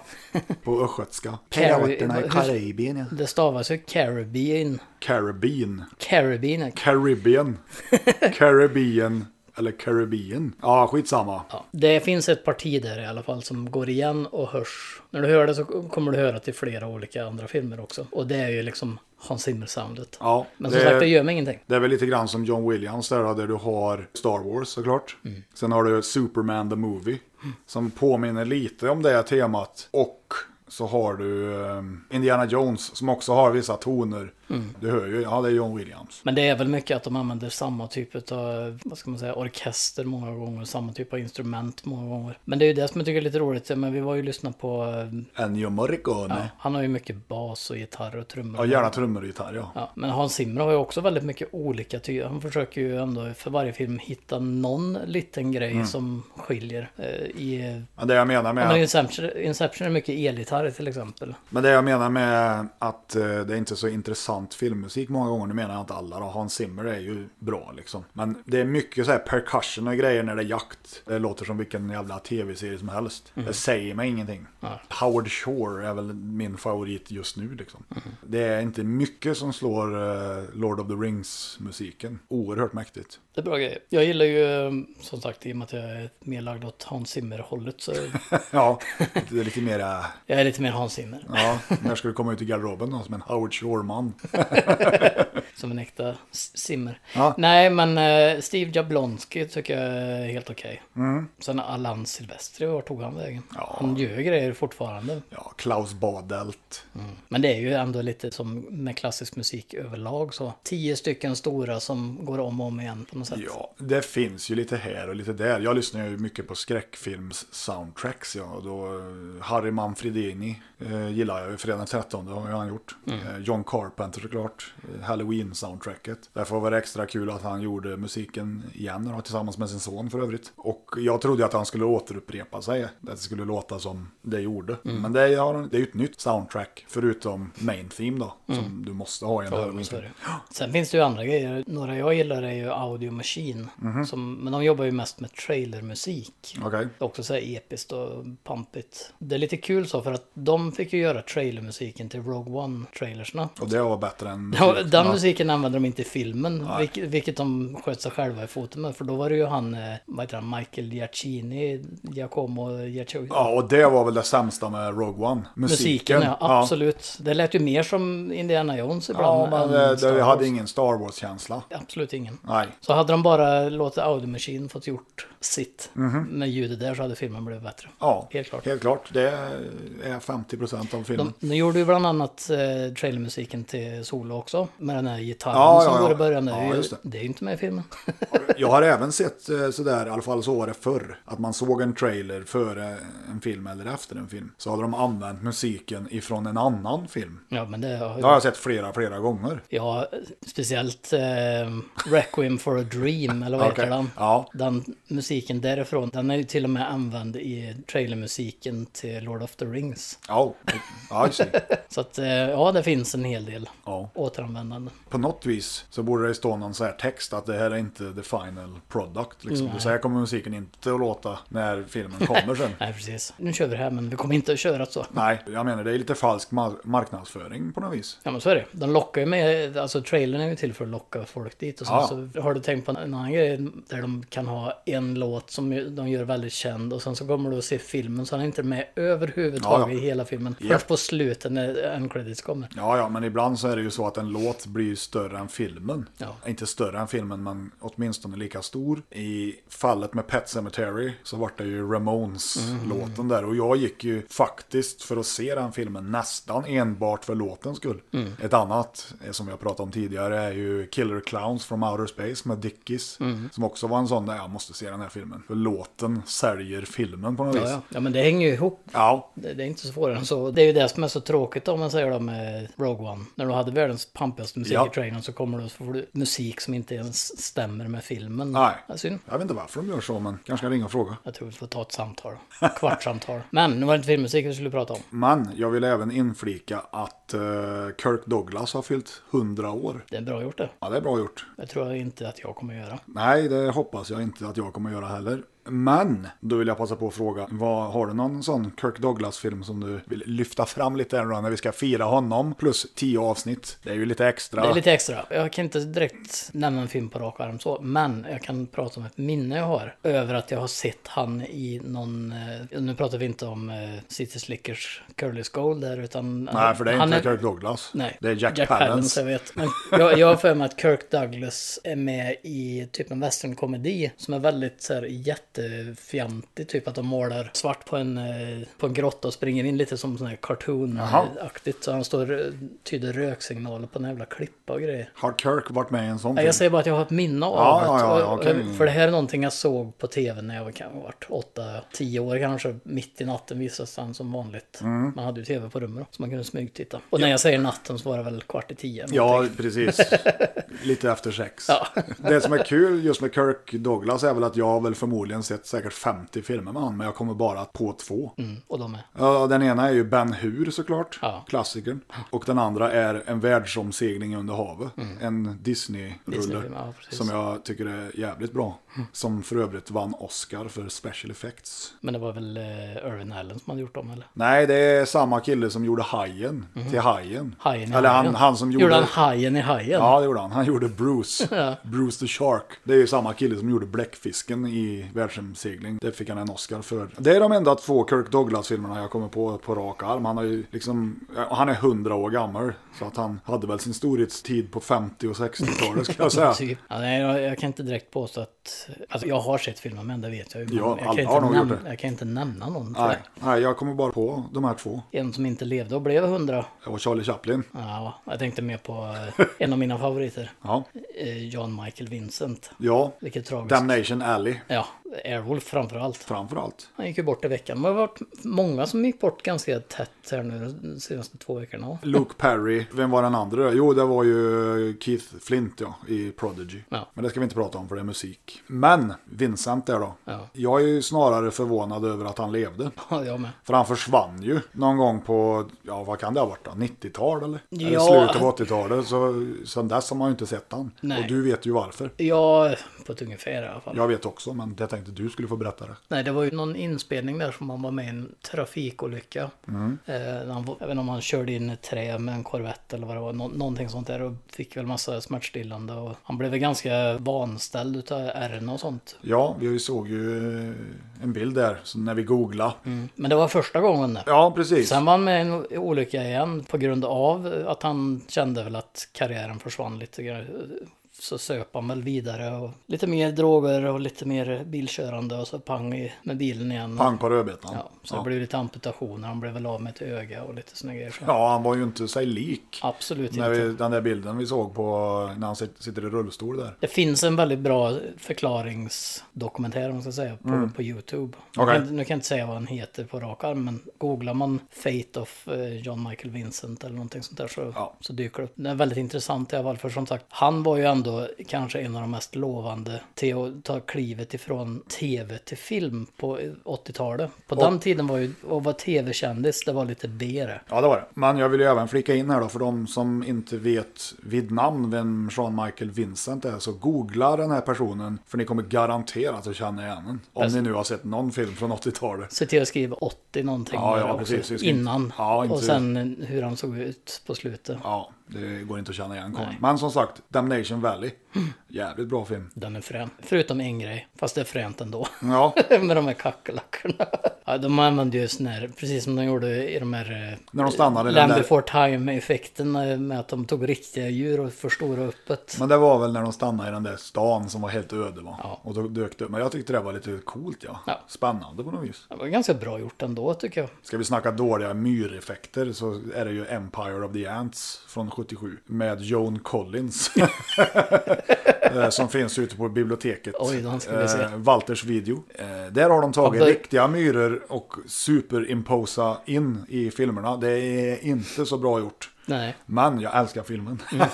på östgötska. Carri- Piraterna i Karibien, ja. Det stavas ju Caribbean. Caribbean. Caribbean. [LAUGHS] Caribbean. Caribbean. Eller Caribbean. Ja, skitsamma. Ja, det finns ett parti där i alla fall som går igen och hörs. När du hör det så kommer du höra till flera olika andra filmer också. Och det är ju liksom Hans Zimmer-soundet. Ja, Men som det- sagt, det gör mig ingenting. Det är väl lite grann som John Williams där, då, där du har Star Wars såklart. Mm. Sen har du Superman the Movie. Som påminner lite om det här temat. Och så har du ehm, Indiana Jones som också har vissa toner. Mm. Du hör ju, ja det är John Williams. Men det är väl mycket att de använder samma typ av, vad ska man säga, orkester många gånger, samma typ av instrument många gånger. Men det är ju det som jag tycker är lite roligt, men vi var ju lyssna på, eh, Ennio ja, Morricone. han har ju mycket bas och gitarr och trummor. Ja, gärna trummor och gitarr ja. Ja, men Hans Zimmer har ju också väldigt mycket olika tyger. Han försöker ju ändå för varje film hitta någon liten grej Mm. som skiljer. Eh, i, Men det jag menar med... men Inception, Inception är mycket elgitarr till exempel. Men det jag menar med att eh, det är inte är så intressant filmmusik många gånger, nu menar jag inte alla då, Hans Zimmer är ju bra liksom. Men det är mycket så här percussion och grejer när det är jakt. Det låter som vilken jävla tv-serie som helst. Det säger mig ingenting. Howard Shore är väl min favorit just nu liksom. Det är inte mycket som slår eh, Lord of the Rings-musiken. Oerhört mäktigt. [LAUGHS] Det är bra grejer. Jag gillar ju, eh, som sagt, i och med att jag är mer lagd åt Hans Zimmer-hållet [LAUGHS] så ja, det är lite mera... jag är lite mer Hans Zimmer. Ja, när ska du komma ut i garderoben då som en Howard Shore-man? Som en äkta s- simmer. Ja. Nej, men eh, Steve Jablonski tycker jag är helt okej. Sen Allan Silvestri, vart tog han vägen? Mm. Ja. Han gör ju grejer fortfarande. Ja, Klaus Badelt. Men det är ju ändå lite som med klassisk musik överlag så. Tio stycken stora som går om och om igen på något sätt. Ja, det finns ju lite här och lite där. Jag lyssnar ju mycket på skräckfilms-soundtracks. Ja, och då, eh, Harry Manfredini eh, gillar jag ju, Fredag den 13 har ju han gjort. Mm. Eh, John Carpenter såklart, eh, Halloween-soundtracket. Därför var det extra kul att han gjorde musiken igen, då, tillsammans med sin son för övrigt. Och jag trodde att han skulle återupprepa sig, att det skulle låta som det gjorde. Mm. Men det är, ja, det är ju ett nytt soundtrack, förutom main theme då, som du måste ha i en Mm. Ja, Halloween. så är det. Sen finns det ju andra grejer. Några jag gillar är ju Audio Machine. som, men de jobbar ju mest med trailermusik. Okej, Det är också så här episkt och pampigt. Det är lite kul så för att de fick ju göra trailermusiken till Rogue One-trailersna. och det var bättre än... Ja, den musiken använder de inte i filmen, vilket, vilket de sköt sig själva i foten med. För då var det ju han, eh, vad heter han, Michael Giacchini, Giacomo Giacchini. Ja, och det var väl det sämsta med Rogue One. Musiken. Musiken, ja, absolut. Det lät ju mer som Indiana Jones Ja, ibland. men eh, än det, Star det, vi hade Wars. ingen Star Wars-känsla. Absolut ingen. Nej. Så hade de bara låtit Audi Machine fått gjort sitt med ljudet där så hade filmen blivit bättre. Mhm. Ja, Helt klart. Helt klart. Det är 50% av filmen. De, de gjorde ju bland annat eh, trailermusiken till Solo också. Med den här gitarren Ja, som ja, går i ja. början. Det är, Ja, ju, just det. det är ju inte med i filmen. [LAUGHS] Jag har även sett eh, sådär, i alla fall så var det förr, att man såg en trailer före en film eller efter en film. Så hade de använt musiken ifrån en annan film. ja, men det har Det har jag sett flera, flera gånger. Ja, speciellt eh, Requiem for a Dream, eller vad Okej, heter den? ja. Den musiken därifrån, den är ju till och med använd i trailermusiken till Lord of the Rings. Ja, ja just det. Så att, eh, ja, det finns en hel del Ja. återanvändande. På något vis så borde det stå någon så här text att det här är inte the final product. Liksom. Så här kommer musiken inte att låta när filmen kommer sen. Nej, precis. Nu kör vi det här, men vi kommer inte att köra så. Nej, jag menar det är lite falsk mar- marknadsföring på något vis. Ja, men så är det. De lockar ju med, alltså trailern är ju till för att locka folk dit. Och sen Ja. så har du tänkt på en annan grej där de kan ha en låt som ju- de gör väldigt känd och sen så kommer du att se filmen så han är inte med överhuvudtaget Ja, ja. i hela filmen. Ja. Först på slutet när end credits kommer. Ja, ja, men ibland så är det ju så att en låt blir större än filmen. Ja. Inte större än filmen, men åtminstone lika stor. I fallet med Pet Cemetery så var det ju Mhm. Ramones-låten där. Och jag gick ju faktiskt för att se den filmen nästan enbart för låtens skull. Mm. Ett annat, eh, som jag pratade om tidigare, är ju Killer Clowns from Outer Space med Dickies. Mm. Som också var en sån där, jag måste se den här filmen. För låten säljer filmen på något Ja, vis. ja. ja, men det hänger ju ihop. ja, Det, det är inte så svårare än så. Det är ju det som är så tråkigt om man säger då med Rogue One. När du hade världens pampigaste musik Ja. i trailern så kommer du så får du musik som inte ens stämmer med filmen. Nej. Ja, synd. Jag vet inte varför de gör så, men kanske kan ringa och fråga. Jag tror vi får ta ett samtal. [LAUGHS] Kvartssamtal. Men nu var det inte filmmusik vi skulle prata om. Men jag vill även inflika att eh, Kirk Douglas har fyllt 100 år. Det är bra gjort det. Ja, det är bra gjort. Jag tror inte att jag kommer göra. Nej, det hoppas jag inte att jag kommer göra heller. Men då vill jag passa på att fråga, vad, har du någon sån Kirk Douglas-film som du vill lyfta fram lite här nu då, när vi ska fira honom? Plus 10 avsnitt. Det är ju lite extra. Det är lite extra. Jag kan inte direkt nämna en film på rak arm så, men jag kan prata om ett minne jag har över att jag har sett han i någon, eh, nu pratar vi inte om eh, City Slickers Curly Gold där utan... Nej, för det är han inte Kirk Douglas. Nej, Det är Jack, Palance. jag vet. Men jag, jag har för mig att Kirk Douglas är med i typ en westernkomedi som är väldigt så här, jätte jättefjantig, typ att de målar svart på en, eh, på en grotta och springer in lite som sån här Jaha. cartoon-aktigt. Så han står eh, tyder röksignaler på en jävla klippa och grejer. Har Kirk varit med i en sån Nej, jag film? säger bara att jag har ett minne av Ja, att, ja, ja, och- och- okej. För det här är någonting jag såg på tv när jag var- kan ha varit 8-10 år kanske. Mitt i natten visades den som vanligt. Mm. Man hade ju tv på rummet då, så man kunde smygtitta. Och när jag säger natten så var det väl kvart i tio. eller Ja, någonting. [LAUGHS] precis. Lite efter sex. Ja. Det som är kul just med Kirk Douglas är väl att jag har väl förmodligen sett säkert 50 filmer med honom, men jag kommer bara på två. Mm, och de är. Ja, den ena är ju Ben Hur såklart, Ja. klassikern. Och den andra är En världsomsegling under havet. En Disney-rulle Disney-film, Mm. ja, precis. Mm. som jag tycker är jävligt bra. Som för övrigt vann Oscar för special effects. Men det var väl eh, Irvin Allen som hade gjort dem eller? Nej, det är samma kille som gjorde Hajen till Hajen. Mm. Hajen i Eller han, hajen. han som gjorde... Gjorde han hajen i hajen? Ja, det gjorde han. Han gjorde Bruce. [LAUGHS] Ja. Bruce the Shark. Det är ju samma kille som gjorde Bläckfisken i världsomsegling. Det fick han en Oscar för. Det är de enda två Kirk Douglas-filmerna jag kommer på på rak arm. Han, har ju liksom, ja, han är 100 år gammal. Så att han hade väl sin storhetstid på 50 och 60-talet ska jag säga. [LAUGHS] Typ. Ja, nej, jag, jag kan inte direkt påstå att... Alltså, jag har sett filmen, men det vet jag ju. men Ja, jag, kan alla inte har nog gjort nämna, det. jag kan inte nämna någon. tror Nej, jag. nej, jag kommer bara på de här två. En som inte levde och blev hundra. Jag var Charlie Chaplin. Ja, jag tänkte mer på eh, en av mina favoriter. Ja, Eh, John Michael Vincent. ja. Vilket tragiskt. Damnation Alley Ja, Airwolf framför allt. framförallt. Han gick ju bort i veckan. Men det har varit många som gick bort ganska tätt här nu de senaste två veckorna. Luke Perry, vem var den andra då? Jo, det var ju Keith Flint ja, i Prodigy. Ja. Men det ska vi inte prata om för det är musik. Men Vincent där då. Ja. Jag är ju snarare förvånad över att han levde. Ja, jag med. För han försvann ju någon gång på, ja vad kan det ha varit då? 90-tal eller? Eller Ja. slutet av 80-talet. Så sen dess har man ju inte sett han. Nej. Och du vet ju varför. Ja, på ett ungefär i alla fall. Jag vet också, men jag tänkte du skulle få berätta det. Nej, det var ju någon inspelning där som han var med i en trafikolycka. Eh, när han, var- jag vet inte om han körde in ett trä med en korvett eller vad det var. Nå, någonting sånt där och fick väl massa smärtstillande. Och han blev väl ganska vanställd utav ärren och sånt. Ja, vi såg ju eh, en bild där så när vi googlade. Men det var första gången. det. Ja, precis. Mm. Sen var han med i en olycka igen på grund av att han kände väl att karriären försvann lite grann. Så söp han väl vidare och lite mer droger och lite mer bilkörande och så pang i- med bilen igen. Pang på rödbetan. Ja, så det blev lite amputationer, han blev väl av med ett öga och lite såna grejer. Så. Ja, han var ju inte sig lik. Absolut När inte. vi, den där bilden vi såg på när han sit- sitter i rullstol där. Det finns en väldigt bra förklaringsdokumentär om man ska säga på, på Youtube. Jag Mm. Okej. kan inte- nu kan jag inte säga vad han heter på rak arm men googlar man Fate of eh, John Michael Vincent eller någonting sånt där så, Ja. så dyker det upp. Det är väldigt intressant i alla fall för som sagt han var ju ändå kanske en av de mest lovande till att ta klivet ifrån tv till film på 80-talet. På den tiden var ju att vara tv-kändis det var lite B det. Ja, det var det. Men jag vill ju även flika in här då, för de som inte vet vid namn vem Sean Michael Vincent är, så googla den här personen, för ni kommer garanterat att känna igen den. Om Bäst. ni nu har sett någon film från 80-talet. Se till att skriva 80 någonting Ja, ja, där också, precis. Jag ska inte- innan. Ja, inte- och sen hur han såg ut på slutet. Ja, det går inte att känna igen. Nej. Men som sagt, Damnation Valley. Jävligt bra film. Den är frän. Förutom en grej, fast det är fränt ändå. [LAUGHS] Ja, Med de här kackerlackorna. [LAUGHS] Ja, de använde ju sån här, precis som de gjorde i de här... eh, när de stannade i den Land där. before time-effekten eh, med att de tog riktiga djur och förstorade upp ett. Men det var väl när de stannade i den där stan som var helt öde va? Ja. Och då dök det upp. Men jag tyckte det var lite coolt ja. Ja. Spännande på något vis. Det var ganska bra gjort ändå tycker jag. Ska vi snacka dåliga myreffekter så är det ju Empire of the Ants från 77 med Joan Collins. [LAUGHS] Eh, som finns ute på biblioteket. Oj, den ska vi se. Eh, Walters video. Eh, där har de tagit Ja, det- riktiga myror och superimposa in i filmerna. Det är inte så bra gjort. Nej. Men jag älskar filmen. Mm.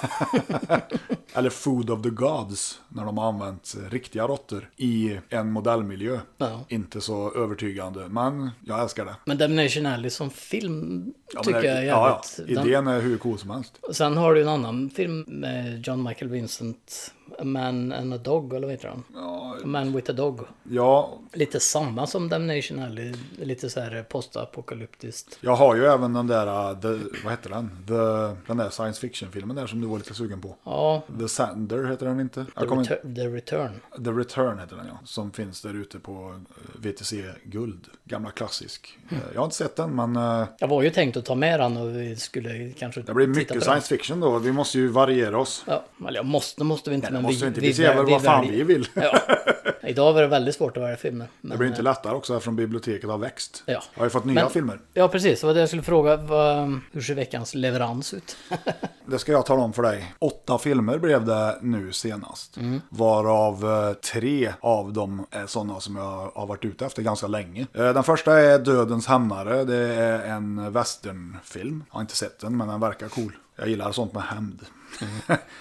[LAUGHS] Eller Food of the Gods, när de har använt riktiga råttor i en modellmiljö. Ja. Inte så övertygande, men jag älskar det. Men Damnation Alley som film Ja, men tycker det- jag är ja, jävligt... ja. den- Idén är hur cool som helst. Sen har du en annan film med John Michael Vincent. A Man and a Dog, eller vad heter den? A Man with a Dog. Ja, Lite samma som Damnation Alley. Lite så här postapokalyptiskt. jag har ju även den där, uh, the, vad heter den? The, den där science fiction-filmen där som du var lite sugen på. Ja, The Sander heter den inte? The, Jag kommer inte- Retur- The Return. The Return heter den ja. Som finns där ute på eh, VTC Guld. Gamla klassisk. Mm. Eh, Jag har inte sett den men eh, Jag var ju tänkt att ta med den och vi skulle kanske Det blir titta mycket på science fiction då. Vi måste ju variera oss. den. Ja, eller ja, måste, måste vi inte. Nej, det men måste vi vi inte. Vi ser väl vad fan vi vill. Ja, [LAUGHS] Idag var det väldigt svårt att välja filmer. Men, Det blir inte lättare också eftersom biblioteket har växt. Ja. Jag har ju fått nya Men- filmer. Ja, precis. Det var det jag skulle fråga. Vad, hur ser veckans leverans ut? Det ska jag tala om för dig. Åtta filmer blev det nu senast. Mm. Varav eh, tre av dem är sådana som jag har varit ute efter ganska länge. Eh, Den första är Dödens hämnare. Det är en westernfilm. Jag har inte sett den, men den verkar cool. Jag gillar sånt med hämnd. Mm. [LAUGHS]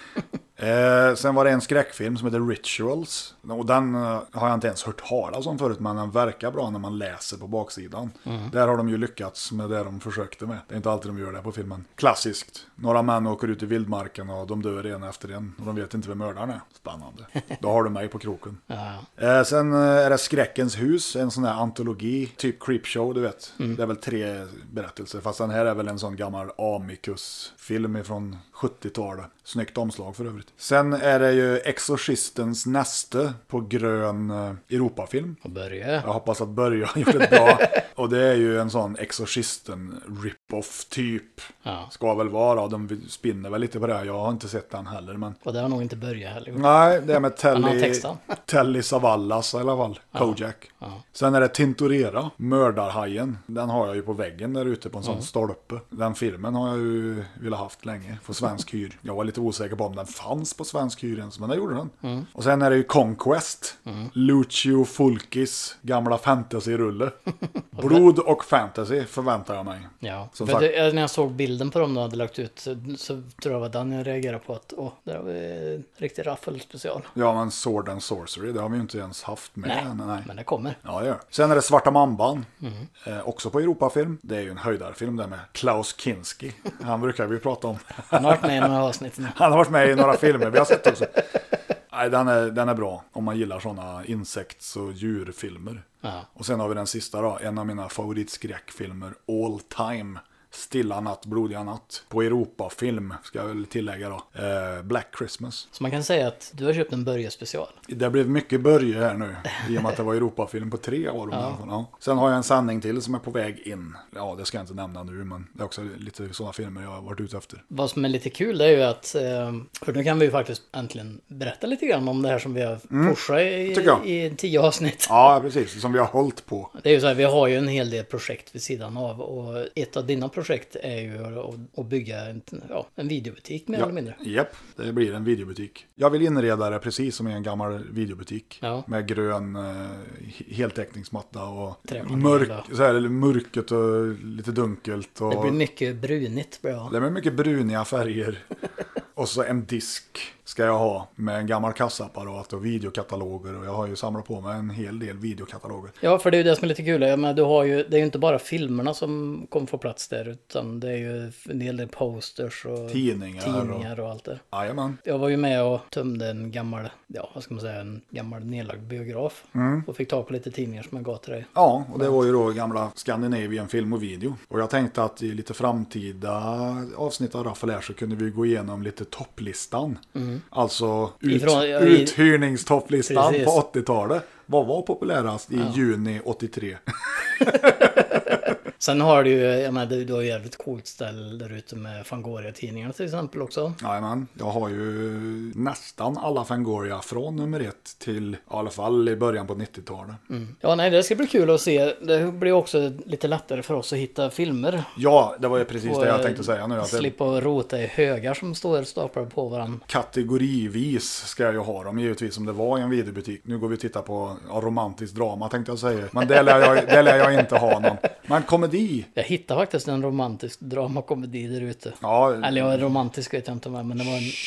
Eh, sen var det en skräckfilm som heter Rituals. Och den eh, har jag inte ens hört talas om förut, men den verkar bra när man läser på baksidan. Där har de ju lyckats med det de försökte med. Det är inte alltid de gör det på filmen. Klassiskt. Några män åker ut i vildmarken och de dör en efter en. Och de vet inte vem mördaren är. Spännande. Då har du mig på kroken. Eh, sen eh, är det Skräckens hus, en sån här antologi, typ Creepshow, du vet. Det är väl tre berättelser, fast den här är väl en sån gammal Amicus-film från 70-talet. Snyggt omslag för övrigt. Sen är det ju Exorcistens näste på grön eh, Europafilm. Och börja. Jag hoppas att Börje har gjort ett bra. Och det är ju en sån Exorcisten rip-off typ. Ja. Ska väl vara, de spinner väl lite på det. här. Jag har inte sett den heller, men Och det har nog inte börjat heller. gjort. Nej, det är med Han har Telly, textat. Telly Savalas i alla fall. Kojak. Sen är det Tintorera, Mördarhajen. Den har jag ju på väggen där ute på en sån Mm. stolpe. Den filmen har jag ju velat haft länge på svensk hyr. Jag var lite osäker på om den fanns på svensk hyr ens, men det gjorde den. Mm. Och sen är det ju Conquest, Lucio Fulkis gamla [LAUGHS] fantasy-rulle. Blod och fantasy förväntar jag mig. Ja. Som För sagt- det, när jag såg bilden på dem de hade lagt ut så, så tror jag var den jag reagerade på att åh, där har vi en riktig raffelspecial. Ja, men Sword and Sorcery, det har vi ju inte ens haft med. Nej, än, men det kommer. Ja, det gör det. Sen är det Svarta Mamban, eh, också på Europafilm. Det är ju en höjdarfilm där med Klaus Kinski. Han brukar vi ju prata om. [LAUGHS] Han har varit med i några avsnitt nu. Han har varit med i några filmer vi har sett också. Nej, den är, den är bra om man gillar sådana insekts och djurfilmer. Ja. Och sen har vi den sista då, en av mina favoritskräckfilmer all time. Stilla natt, blodiga natt. På Europafilm, ska jag väl tillägga då. Eh, Black Christmas. Så man kan säga att du har köpt en Börje-special. Det blev mycket Börje här nu, i och med att det [LAUGHS] var Europafilm på tre år. Ja. Ja. Sen har jag en sanning till som är på väg in. Ja, det ska jag inte nämna nu, men det är också lite sådana filmer jag har varit ute efter. Vad som är lite kul det är ju att, eh, för nu kan vi ju faktiskt äntligen berätta lite grann om det här som vi har pushat Mm, tycker jag. i, i tio avsnitt. Ja, precis. Som vi har hållit på. Det är ju så här, vi har ju en hel del projekt vid sidan av och ett av dina projekt är ju att, att bygga en, ja, en videobutik mer eller mindre. Japp, det blir en videobutik. Jag vill inreda det precis som i en gammal videobutik. Ja. Med grön eh, he- heltäckningsmatta och Träpanel mörk, och- så här, mörket och lite dunkelt. Och... Det blir mycket brunigt blir det. Det är med mycket bruniga färger. Och så en disk ska jag ha med en gammal kassaapparat och videokataloger. Och jag har ju samlat på mig en hel del videokataloger. Ja, för det är ju det som är lite kul. Jag menar, du har ju, det är ju inte bara filmerna som kommer få plats där, utan det är ju en hel del posters och Tidningar och- tidningar och allt det. Jajamän. Jag var ju med och tömde en gammal, ja vad ska man säga, en gammal nedlagd biograf. Mm. Och fick tag på lite tidningar som jag gav till dig. Ja, och det var ju då gamla Scandinavian film och video. Och jag tänkte att i lite framtida avsnitt av Raffel här så kunde vi gå igenom lite topplistan. Alltså ut, Mm. Ifrån- ja, i- uthyrningstopplistan Precis. på 80-talet. Vad var populärast i juni 83? Sen har du ju, jag menar, du, du har ju jävligt coolt ställ där ute med Fangoria-tidningarna till exempel också. Jajamän, jag har ju nästan alla Fangoria från nummer ett till i alla fall i början på 90-talet. Ja, nej, det ska bli kul att se. Det blir också lite lättare för oss att hitta filmer. Ja, det var ju precis Och, det jag eh, tänkte säga nu. Att det, Slippa rota i högar som står staplade på varandra. kategorivis ska jag ju ha dem givetvis om det var i en videobutik. Nu går vi och tittar på ja, romantiskt drama tänkte jag säga. Men det lär jag, det lär jag inte ha någon. Men komedi, Jag hittade faktiskt en romantisk dramakomedi där ute. ja, Eller ja, romantisk vet jag inte om det är, men det var en... [LAUGHS]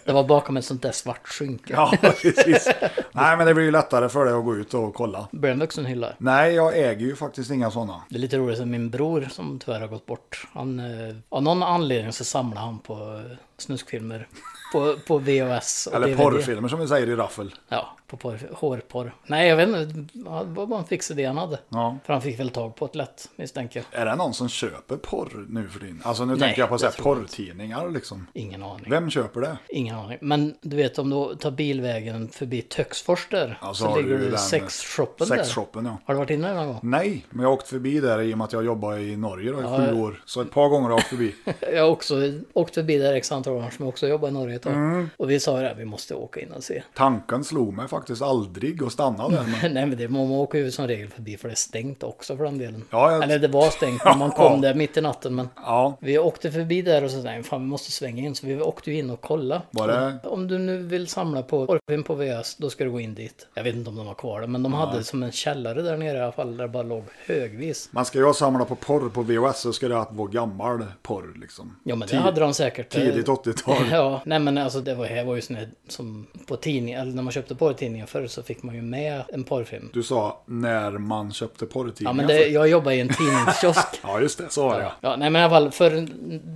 [LAUGHS] det var bakom ett sånt där svart skynke. ja [LAUGHS] precis. Nej men det blir ju lättare för dig att gå ut och kolla. Blir en vuxen hylla. Nej, jag äger ju faktiskt inga sådana. Det är lite roligt att min bror som tyvärr har gått bort. Han, eh, av någon anledning så samlar han på eh, snuskfilmer. På, på VHS och Eller DVD. porrfilmer som vi säger i Raffel. Ja, på porr, hårporr. Nej, jag vet inte. Ja, Det var bara en fix idé han hade. Ja. För han fick väl tag på ett lätt, misstänker jag. Är det någon som köper porr nu för din? Alltså nu Nej, tänker jag på det så här, tror jag porrtidningar liksom. Ingen aning. Vem köper det? Ingen aning. Men du vet om du tar bilvägen förbi Töcksfors där. Ja, så så Alltså, har ligger du du den- eh, i sexshoppen där. Sexshoppen ja. Har du varit inne där någon gång? Nej, men jag har åkt förbi där i och med att jag jobbar i Norge då, i sju år. Så ett par gånger har jag åkt [LAUGHS] förbi. Jag har också åkt förbi där x antal år som också jobbar i Norge ett tag. Mm. Och vi sa ju det, här, vi måste åka in och se. Tanken slog mig faktiskt aldrig att stanna där. Men... [LAUGHS] Nej men det, man åker ju som regel förbi för det är stängt också för den delen. Ja, jag- Eller det var stängt när man kom där mitt i natten men. Ja, Vi åkte förbi där och så nej fan vi måste svänga in så vi åkte ju in och kolla. Var det- Om du nu vill samla på Orpin på VS då ska du gå in dit. Jag vet inte om de har kvar det men de hade som en källare där nere i alla fall där det bara låg högvis. man ska jag samla på porr på VHS så ska det att vara gammal porr liksom. Ja men det Tid- hade de säkert. Tidigt 80-tal. [LAUGHS] Ja, nej men alltså det var, här var ju sån här som på tidning, eller när man köpte porrtidningar förr så fick man ju med en porrfilm. Du sa när man köpte porrtidningar. Ja men det, för- jag jobbar i en [LAUGHS] tidningskiosk. ja just det, så var det ja. Ja, nej men i alla fall för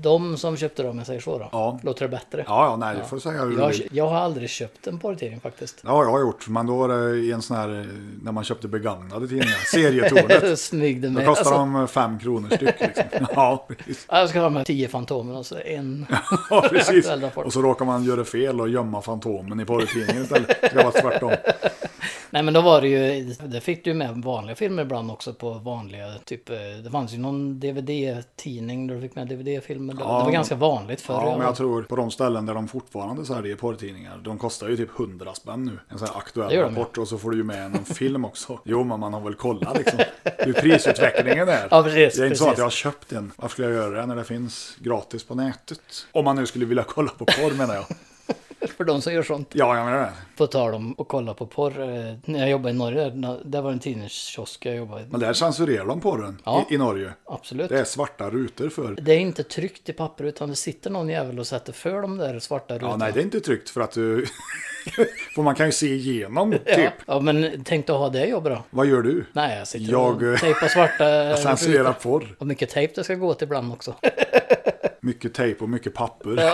de som köpte dem, om jag säger så då. Ja. Låter det bättre? Ja, ja, nej, du får säga hur du Jag, vill. jag har aldrig köpt en porrtidning faktiskt. Det har jag gjort, men då var det i en sån här, eh, när man köpte begagnade tidningar, [LAUGHS] serietornet. Smygde Då med. kostar Alltså, de eh, fem kronor styck [LAUGHS] liksom. Ja, precis. jag ska ha de här tio Fantomen och så en. [LAUGHS] Ja, precis. Aktuella porr. Och så råkar man göra fel och gömma Fantomen i porrtidningen istället. Det var tvärtom. Nej men då var det ju, det fick du ju med vanliga filmer ibland också på vanliga, typ eh, det fanns ju någon DVD-tidning där du fick med DVD-filmer. Ja. det var ganska vanligt förr. Ja, i alla men alltså- fall. jag tror på de ställen där de fortfarande säljer porrtidningar, de kostar ju typ 100 spänn nu. En sån här Det aktuell gör de, rapport och så får du ju med någon film också. Jo, men man har väl kollat liksom hur prisutvecklingen är. Ja, precis, det är inte så precis. att jag har köpt en. Varför skulle jag göra det när det finns gratis på nätet? Om man nu skulle vilja kolla på porr menar jag. [LAUGHS] För de som gör sånt. Ja, jag menar det. På tal om att kolla på porr. eh, När jag jobbade i Norge, där, där var det en tidningskiosk jag jobbade i. Men där censurerar de porren Ja. i, i Norge. Absolut. Det är svarta rutor för. Det är inte tryckt i papper utan det sitter någon jävel och sätter för de där svarta rutorna. Ja, nej, det är inte tryggt för att du... [LAUGHS] för man kan ju se igenom typ. Ja, men tänk dig att ha det jobbet då. Vad gör du? Nej, jag sitter Jag, eh, och tejpar [LAUGHS] svarta Jag censurerar rutor. porr. Och mycket tejp det ska gå åt ibland också. [LAUGHS] Mycket tejp och mycket papper.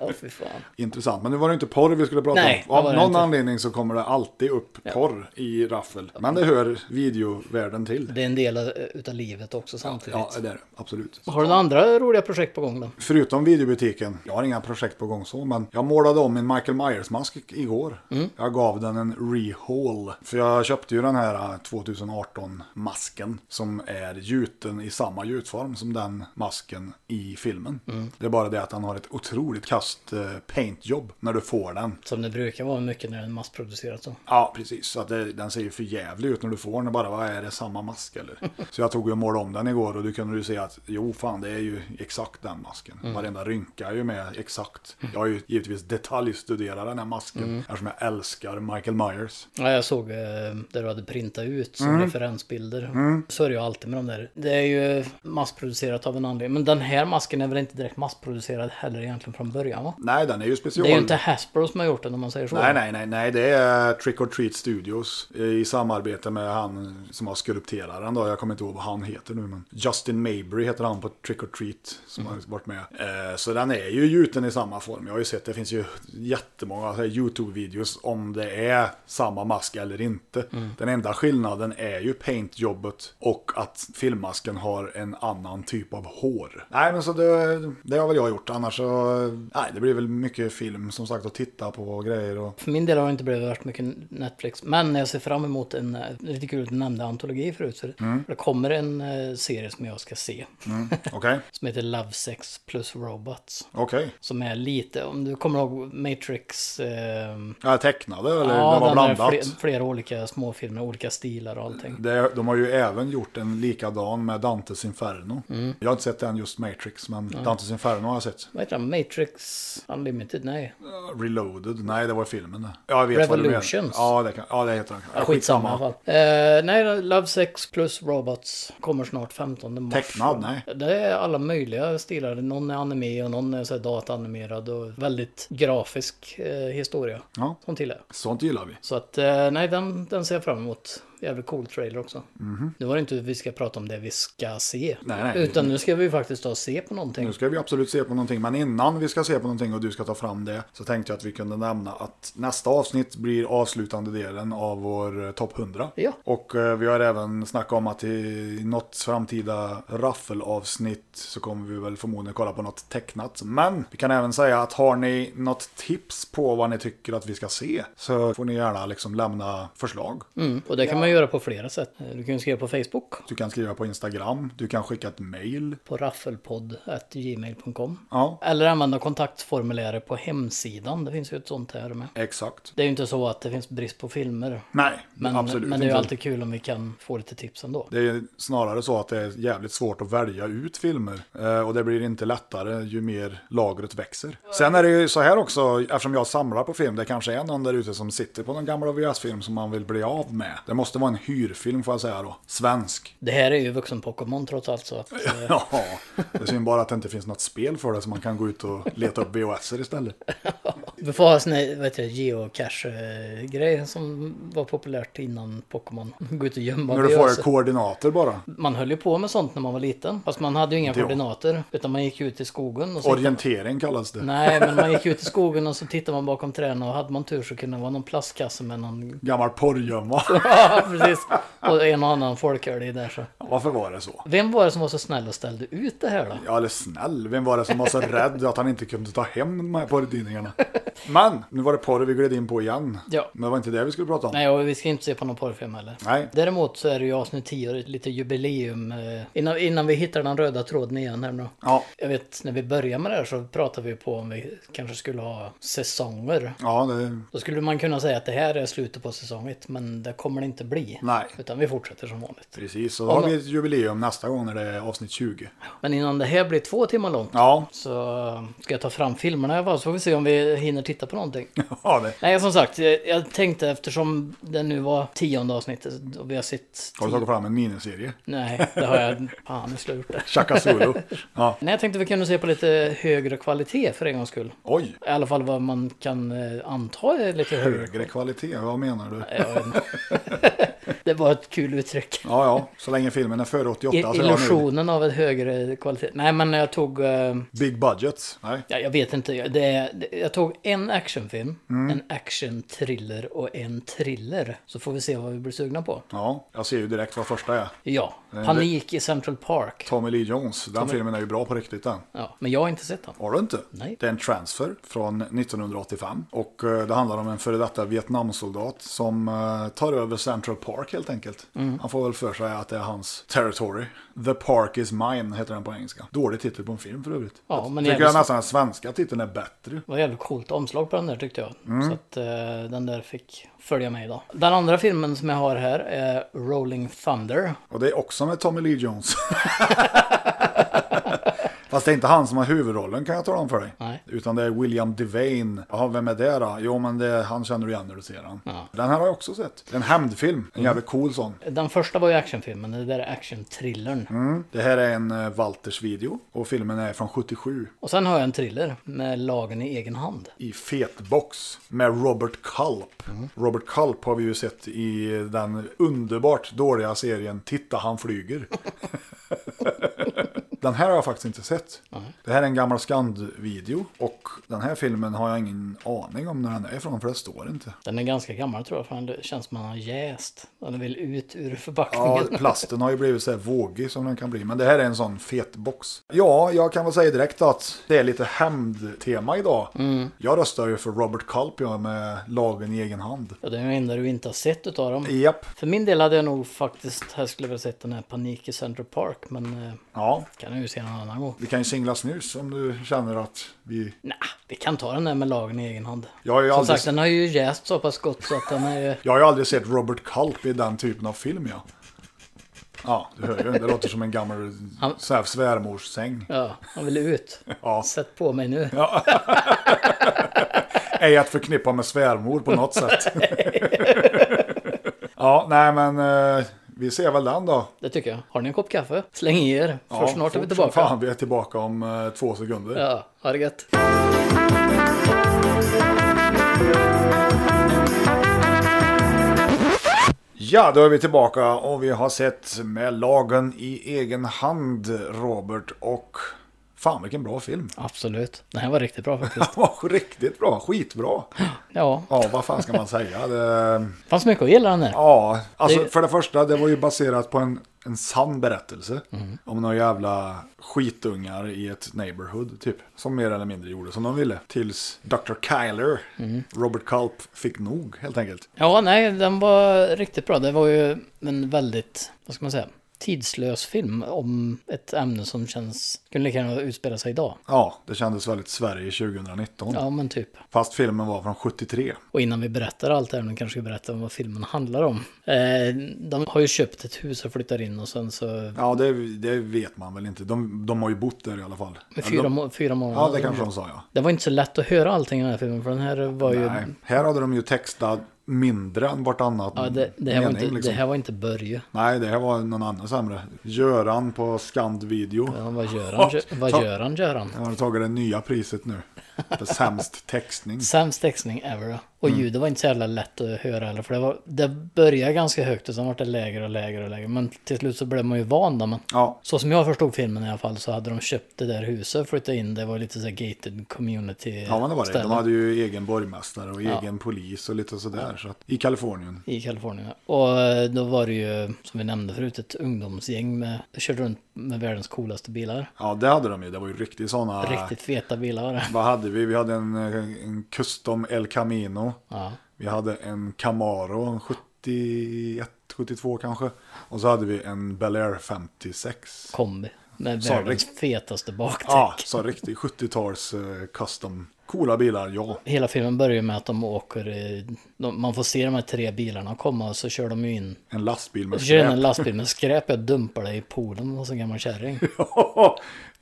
Ja, fy fan. [LAUGHS] Intressant, men nu var det inte porr vi skulle prata Nej, om. Av det var det någon inte. anledning så kommer det alltid upp porr i raffel. Men det hör videovärlden till. Det är en del av- eh, utav livet också samtidigt. Ja, det är det. Absolut. Har du några andra roliga projekt på gång då? Förutom videobutiken, jag har inga projekt på gång så, men jag målade om min Michael Myers-mask i- igår. Jag gav den en rehaul. För jag köpte ju den här äh, 2018-masken som är gjuten i samma gjutform som den masken i filmen. Det är bara det att han har ett otroligt kast eh, paintjobb när du får den. Som det brukar vara mycket när den massproduceras så. Ja, precis. Så att det, den ser ju för jävlig ut när du får den. Bara, vad är det, samma mask [LAUGHS] eller? Så jag tog ju och målade om den igår och då kunde du se att jo, fan, det är ju exakt den masken. Mm. Varenda rynka är ju med exakt. Jag har ju givetvis detaljstuderat den här masken Mm. eftersom jag älskar Michael Myers. Ja, jag såg eh, där du hade printat ut som Mm. referensbilder. Så är det ju alltid med de där. Det är ju eh, massproducerat av en anledning. Men den här masken är väl inte direkt massproducerad heller egentligen från början va? Nej, den är ju special. Det är ju inte Hasbro som har gjort den om man säger så. Nej, nej, nej, nej, det är eh, Trick or Treat Studios eh, i samarbete med han som har skulpteraren då. Jag kommer inte ihåg vad han heter nu, men Justin Mabry heter han på Trick or Treat som har varit med. Eh, Så den är ju gjuten i samma form. Jag har ju sett, det finns ju jättemånga så här YouTube-videos om det är samma mask eller inte. Den enda skillnaden är ju paintjobbet och att filmmasken har en annan typ av hår. Nej, men så det, det har väl jag gjort. Annars så, eh, nej, det blir väl mycket film som sagt att titta på och grejer och För min del har det inte blivit varit mycket Netflix. Men jag ser fram emot en, eh, lite kul att du nämnde antologi förut. För Mm. Det kommer en eh, serie som jag ska se. Okej, Som heter Love Sex plus Robots. okej. Som är lite, om du kommer ihåg Matrix. Eh, Ja, tecknade eller det ja, var den där blandat. fler, flera olika småfilmer, olika stilar och allting. Det, de har ju även gjort en likadan med Dantes Inferno. Mm. Jag har inte sett den just Matrix, men Dantes Inferno har jag sett. Vad heter den? Matrix Unlimited? Nej. Reloaded, nej det var filmen det. Ja, jag vet Vad du Revolutions. menar. ja, det kan, ja, det heter den. Ja, Skitsamma i alla fall. Eh, nej, Love Sex plus Robots kommer snart 15 mars. Tecknad, nej. Det är alla möjliga stilar. Någon är anime och någon är så här dataanimerad och väldigt grafisk eh, historia. Ja. Som till är. Sånt gillar vi. Så att eh, nej, den, den ser jag fram emot. jävligt cool trailer också. Nu var det inte vi ska prata om det vi ska se. Mhm. Nej, nej. Utan nu ska vi ju faktiskt ta och se på någonting. Nu ska vi absolut se på någonting, men innan vi ska se på någonting och du ska ta fram det så tänkte jag att vi kunde nämna att nästa avsnitt blir avslutande delen av vår eh, topp 100. Ja. Och eh, vi har även snackat om att i något framtida raffelavsnitt så kommer vi väl förmodligen kolla på något tecknat. Men vi kan även säga att har ni något tips på vad ni tycker att vi ska se så får ni gärna liksom lämna förslag. Mm. Och det kan man göra på flera sätt. Eh, Du kan ju skriva på Facebook, Du kan skriva på Instagram, du kan skicka ett mail. på raffelpodd.gmail.com. Ja, Eller använda kontaktformuläret på hemsidan. Det finns ju ett sånt här med. exakt. Det är ju inte så att det finns brist på filmer. Nej, Men, absolut men det är ju inte. alltid kul om vi kan få lite tips ändå. Det är snarare så att det är jävligt svårt att välja ut filmer. Eh, Och det blir inte lättare ju mer lagret växer. Sen är det ju så här också, eftersom jag samlar på film, det kanske är någon där ute som sitter på någon gammal VHS-film som man vill bli av med. Det måste vara en hyrfilm får jag säga då. Svensk. Det här är ju vuxen Pokémon trots allt så att... eh, [LAUGHS] Ja, det är synd bara att det inte finns något spel för det så man kan gå ut och leta upp VHS-er istället. Vi får ha en sån här, vad heter det, geocache-grej som var populärt innan Pokémon. [LAUGHS] Gå ut och gömma När du VHS. får koordinater bara. Man höll ju på med sånt när man var liten. Fast man hade ju inga Det- koordinater. Utan man gick ut i skogen och så... Orientering kallas det. Nej, men man gick ut i skogen och så tittade man bakom träden och hade man tur så kunde det vara någon plastkasse med någon... [LAUGHS] [LAUGHS] Gammal porrgömma. Ja, precis. Och en och annan folköl i där så. Varför var det så? Vem var det som var så snäll och ställde ut det här då? Ja, eller snäll. Vem var det som var så rädd att han inte kunde ta hem de här porrtidningarna? Men, nu var det porr vi gled in på igen. Ja. Men det var inte det vi skulle prata om. Nej, och vi ska inte se på någon porrfilm heller. Nej. Däremot så är det ju avsnitt 10 och ett lite jubileum. eh, Innan, innan vi hittar den röda tråden igen här nu. Ja. Jag vet, när vi började med det här så pratade vi på om vi kanske skulle ha säsonger. Ja, det... Då skulle man kunna säga att det här är slutet på säsong ett, men det kommer det inte bli. Nej. Utan vi fortsätter som vanligt. precis. Så då har vi ett jubileum nästa gång när det är avsnitt 20. Men innan det här blir två timmar långt Ja, så eh, ska jag ta fram filmerna i alla fall så får vi se om vi hinner titta på någonting. ja det. Nej, som sagt, jag, jag tänkte eftersom det nu var tionde avsnittet och vi har sett... Har du tagit fram en miniserie? Nej, det har jag... Fan, nu skulle jag gjort det. Chaka Zulu. Ja. Nej, jag tänkte vi kunde se på lite högre kvalitet för en gångs skull. Oj, I alla fall vad man kan eh, anta är lite högre. högre kvalitet. Vad menar du? Det var ett kul uttryck. Ja, ja. Så länge filmen är före 88 I, så är jag nöjd. illusionen av ett högre kvalitet. Nej, men jag tog... eh, Big budget. Nej. Ja, jag vet inte. Jag- Det, är- det, jag tog en actionfilm, en action-thriller och en thriller. Så får vi se vad vi blir sugna på. Ja, jag ser ju direkt vad första är. Ja, Panik i Central Park. Tommy Lee Jones. Den filmen är ju bra på riktigt den. Ja, men jag har inte sett den. Har du inte? Nej. Det är en transfer från 1985 och eh, det handlar om en före detta Vietnamsoldat som eh, tar över Central Park helt enkelt. Mm. Han får väl för sig att det är hans territory. The Park is mine heter den på engelska. Dålig titel på en film för övrigt. Ja, jag men tycker jävligt- jag nästan den svenska titeln är bättre. Det var jävligt coolt omslag på den där tyckte jag. Så att eh, den där fick följa med idag. Den andra filmen som jag har här är Rolling Thunder. Och det är också med Tommy Lee Jones. [LAUGHS] Fast det är inte han som har huvudrollen kan jag tala om för dig. Nej. Utan det är William Devane. Jaha, vem är det då? Jo, men det, han känner du igen när du ser han. Den här har jag också sett. Det är En hämndfilm. En jävligt cool sån. Den första var ju actionfilmen, det där är action-thrillern. Det här är en eh, Walters video och filmen är från 77 Och sen har jag en thriller med lagen i egen hand. i fetbox med Robert Culp. Robert Culp har vi ju sett i den underbart dåliga serien Titta han flyger. [LAUGHS] den här har jag faktiskt inte sett. Det här är en gammal Skand-video och den här filmen har jag ingen aning om när den är ifrån för det står inte. Den är ganska gammal tror jag, för det känns som att man har jäst. Den vill ut ur förpackningen. Ja, plasten har ju blivit så här vågig som den kan bli. Men det här är en sån fet box. Ja, jag kan väl säga direkt att det är lite hämndtema idag. Jag röstar ju för Robert Culp jag med lagen i egen hand. Ja, det är den enda du inte har sett utav dem. Japp. För min del hade jag nog faktiskt, här skulle jag väl sett den här Panik i Central Park, men eh, Ja, kan jag ju se någon annan gång. vi kan ju singla snus om du känner att vi... Nej, vi kan ta den där med lagen i egen hand. Jag har ju, Som aldrig, sagt, den har ju jäst så pass gott så att den är ju... jag har ju aldrig sett Robert Culp i den typen av film, ja. Ja, du hör ju. Det låter som en gammal Han- så här svärmorssäng. Ja, han vill ut. [LAUGHS] Ja. Sätt på mig nu. ej att förknippa med svärmor på något [LAUGHS] sätt. ja, nej men eh, vi ser väl den då. Det tycker jag. Har ni en kopp kaffe? Släng i er. För Ja, snart är vi fort som tillbaka. Fan, vi är tillbaka om eh, två sekunder. Ja, ha det gött. Ja, då är vi tillbaka och vi har sett med lagen i egen hand, Robert. Och fan vilken bra film. Absolut. Den här var riktigt [LAUGHS] bra faktiskt. Riktigt bra, skitbra. Ja, Ja, vad fan ska man säga? Det, fanns mycket att gilla den här. ja, alltså Det- för det första, det var ju baserat på en, en sann berättelse. Om några jävla skitungar i ett neighborhood, typ. Som mer eller mindre gjorde som de ville. Tills Dr. Kyler, Robert Culp, fick nog helt enkelt. Ja, nej, den var riktigt bra. Det var ju en väldigt, vad ska man säga, tidslös film om ett ämne som känns, skulle lika gärna utspela sig idag. Ja, det kändes väldigt Sverige 2019. Ja, men typ. Fast filmen var från 73. Och innan vi berättar allt det här, nu kanske vi berättar om vad filmen handlar om. Eh, de har ju köpt ett hus och flyttar in och sen så... Ja, det, det vet man väl inte. De, de har ju bott där i alla fall. Med fyra, de, må- fyra månader. Ja, det kanske de sa ja. Det var inte så lätt att höra allting i den här filmen, för den här var ju... Nej, här hade de ju textat mindre än vartannat Ja, det, det, här var mening. inte, liksom. det här var inte Börje. Nej, det här var någon annan sämre. Göran på Scandvideo. Ja, vad gör han? Gö- Vad Ta- gör han, Göran? Han har tagit det nya priset nu. För sämst textning. Sämst textning ever. Och Mm. ljudet var inte så jävla lätt att höra heller. För det, var, det började ganska högt och sen var det lägre och lägre och lägre. Men till slut så blev man ju van då. Men Ja, så som jag förstod filmen i alla fall så hade de köpt det där huset, flyttat in. Det var lite så här gated community ja men det var det. ställe De hade ju egen borgmästare och egen polis och lite sådär. Så att, I Kalifornien. I Kalifornien. Och eh, då var det ju, som vi nämnde förut, ett ungdomsgäng med, körde runt med världens coolaste bilar. Ja, det hade de ju. Det var ju riktigt sådana... Riktigt feta bilar. [LAUGHS] Vad hade vi? Vi hade en, eh, en Custom El Camino. Ja. Vi hade en Camaro, en 71, 72 kanske. Och så hade vi en Bel Air 56. Kombi. Med Sa världens rikt- fetaste bakdäck. Ja, så riktig 70-tals eh, custom. Coola bilar, ja. Hela filmen börjar ju med att de åker, eh, de, man får se de här tre bilarna komma och så kör de ju in. En lastbil med Så kör in en skräp. lastbil med skräp, jag dumpar det i poolen och så [LAUGHS] gammal kärring.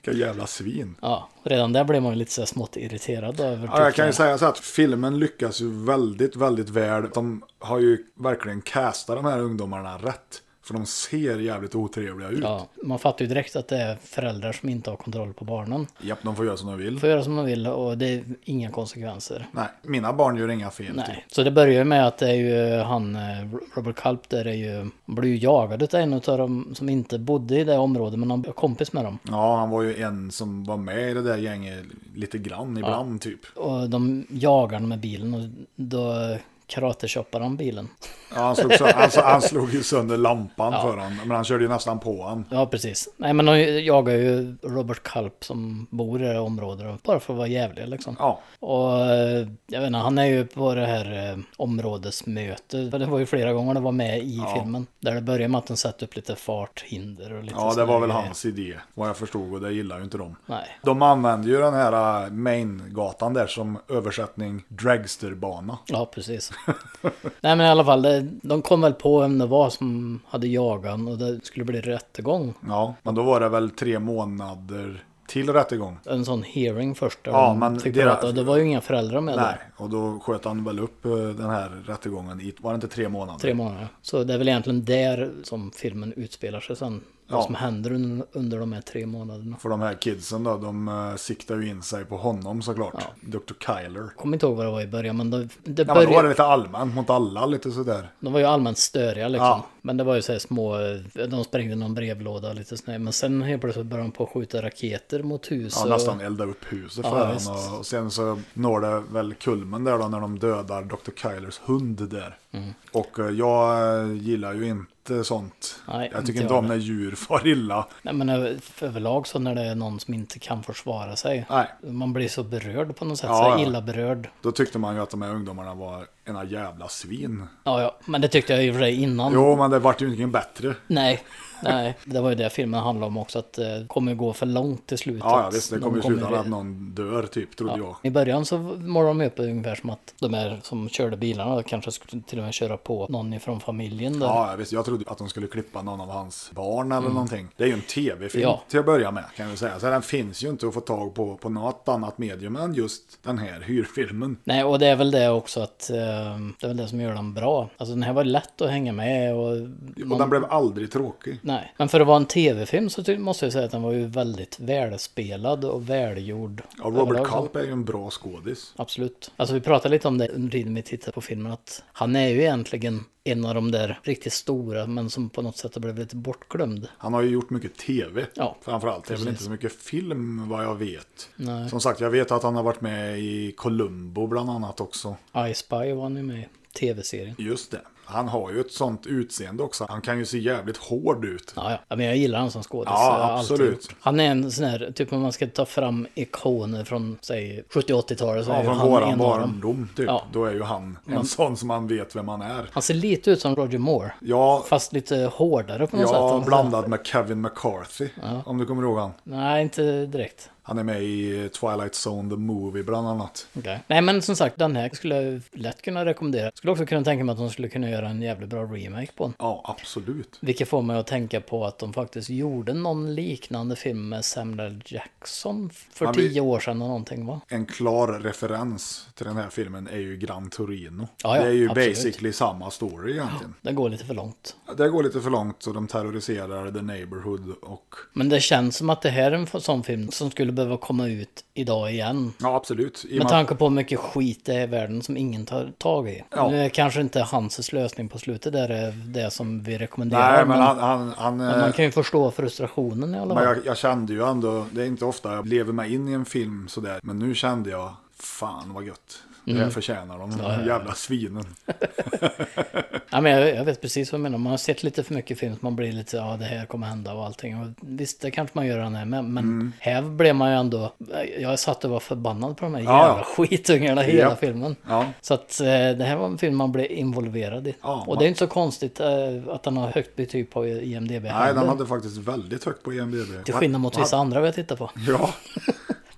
Vilka jävla svin. Ja, redan där blir man ju lite så här smått irriterad över Ja, jag kan ju säga så här att filmen lyckas ju väldigt, väldigt väl. De har ju verkligen castat de här ungdomarna rätt. För de ser jävligt otrevliga ut. Ja, man fattar ju direkt att det är föräldrar som inte har kontroll på barnen. Japp, de får göra som de vill. De får göra som de vill och det är inga konsekvenser. Nej, mina barn gör inga fel. typ. Nej. Så det börjar ju med att det är ju han, eh, Robert Culp där är ju, han blir ju jagad utav en utav dem som inte bodde i det området men han var kompis med dem. Ja, han var ju en som var med i det där gänget lite grann ibland typ. Och de jagar honom med bilen och då karatechoppar han bilen. Ja, han, slog sönder, alltså, han slog ju sönder lampan för honom, men han körde ju nästan på honom. Ja, precis. Nej, men de jagar ju Robert Kalp som bor i det här området och bara för att vara jävlig liksom. Ja, Och eh, jag vet inte, han är ju på det här eh, områdesmötet. För Det var ju flera gånger det var med i filmen. Där det börjar med att de sätter upp lite fart, hinder och lite ja det sådana var väl grejer. hans idé, vad jag förstod, och det gillar ju inte de. Nej. De använde ju den här äh, main-gatan där som översättning dragsterbana. Ja, precis. [LAUGHS] Nej, men i alla fall, det, de kom väl på vem det var som hade jagan och det skulle bli rättegång. Ja, men då var det väl tre månader till rättegång. en sån hearing först där Ja, de men fick deras- prata. Det var ju inga föräldrar med Nej, där. och då sköt han väl upp eh, den här rättegången i, var det inte tre månader? Tre månader. Så det är väl egentligen där som filmen utspelar sig sen. Ja. Vad som händer under, under de här tre månaderna. För de här kidsen då, de eh, siktar ju in sig på honom såklart. Dr. Kyler. Jag kommer inte ihåg vad det var i början men det, det Ja, men då var det började... lite allmänt mot alla, lite sådär. De var ju allmänt störiga liksom. Ja. Men det var ju så här små, de sprängde någon brevlåda och lite sådär. Men sen helt plötsligt började de på att skjuta raketer mot hus. Ja, och- nästan elda upp huset Ja, för visst. honom. Och, och sen så når det väl kulmen där då när de dödar Dr. Kylers hund där. Mm. Och eh, jag eh, gillar ju inte sånt. Nej, jag tycker inte inte jag om när heller. djur far illa. Nej men ö- överlag så när det är någon som inte kan försvara sig. Nej. Man blir så berörd på något sätt. Ja, så här ja. illa berörd. Då tyckte man ju att de här ungdomarna var ena jävla svin. Ja, ja. Men det tyckte jag i och för sig innan. Jo, men det vart ju inte bättre. Nej, nej. Det var ju det filmen handlade om också, att det kommer gå för långt till slutet. Ja, ja visst, det De kommer ju sluta med ju- att någon dör typ, trodde jag. Ja. I början så målade de upp ungefär som att de här som körde bilarna kanske skulle till och med köra på någon ifrån familjen. Där. Ja, ja, visst. Jag trodde att de skulle klippa någon av hans barn eller någonting. Det är ju en tv-film Mm. Ja. till att börja med kan jag säga. Så den finns ju inte att få tag på på något annat medium än just den här hyrfilmen. Nej, och det är väl det också att eh, det är väl det som gör den bra. Alltså den här var lätt att hänga med och... Och Mm. den blev aldrig tråkig. Nej, men för att vara en tv-film så ty- måste jag säga att den var ju väldigt välspelad och välgjord. Ja, Robert överlag. Culp är ju en bra skådis. Absolut. Alltså vi pratade lite om det under tiden vi tittade på filmen att han är ju egentligen en av de där riktigt stora, men som på något sätt har blivit lite bortglömd. Han har ju gjort mycket tv Ja, framförallt. Det är väl precis. inte så mycket film vad jag vet. Som sagt, jag vet att han har varit med i Columbo bland annat också. I Spy var han ju med i tv-serien. Just det. Han har ju ett sånt utseende också. Han kan ju se jävligt hård ut. Ja, ja. ja, men jag gillar han som skådis. Ja, Jag har alltid absolut. gjort. Han är en sån här, typ om man ska ta fram ikoner från, säg, 70-80-talet så Ja, är ju från han våran en av dem. barndom typ. Ja. Mm. Då är ju han en sån som man vet vem han är. Han ser lite ut som Roger Moore, Ja, fast lite hårdare på något sätt. om man ja säger. blandad med Kevin McCarthy. Om du kommer ihåg han. Nej, inte direkt. Han är med i Twilight Zone The Movie bland annat. Okej. Nej, men som sagt, den här skulle jag lätt kunna rekommendera. Skulle också kunna tänka mig att de skulle kunna göra en jävligt bra remake på den. Ja, absolut. Vilket får mig att tänka på att de faktiskt gjorde någon liknande film med Samuel Jackson för Ja, vi- tio år sedan eller någonting va? En klar referens till den här filmen är ju Gran Torino. Ja, ja, det är ju absolut. basically samma story egentligen. Det går lite för långt. Det går lite för långt och de terroriserar The Neighborhood och... Men det känns som att det här är en sån film som skulle behöva komma ut idag igen. Ja, absolut. I och Med med att- tanke på hur mycket skit det är i världen som ingen tar tag i. Ja. Nu är kanske inte Hanses lösning på slutet där är det som vi rekommenderar. Nej, men men, han... han, han men man eh, kan ju förstå frustrationen i alla men fall. jag, jag kände ju ändå, det är inte ofta jag lever mig in i en film sådär, men nu kände jag, fan vad gött. Det Mm. här förtjänar de, de jävla svinen. Ja, men jag, jag vet precis vad jag menar. Man har sett lite för mycket film så man blir lite, ja det här kommer hända och allting. Och visst, det kanske man gör den här med, men Mm. här blev man ju ändå, jag satt och var förbannad på de här Ja, jävla ja. skitungarna hela Ja. filmen. Ja. Så att eh, det här var en film man blev involverad i. Ja, och man- det är inte så konstigt eh, att den har högt betyg på IMDB. Nej, heller. den hade faktiskt väldigt högt på E IMDB. Till skillnad mot vissa andra vi har tittat på. Ja,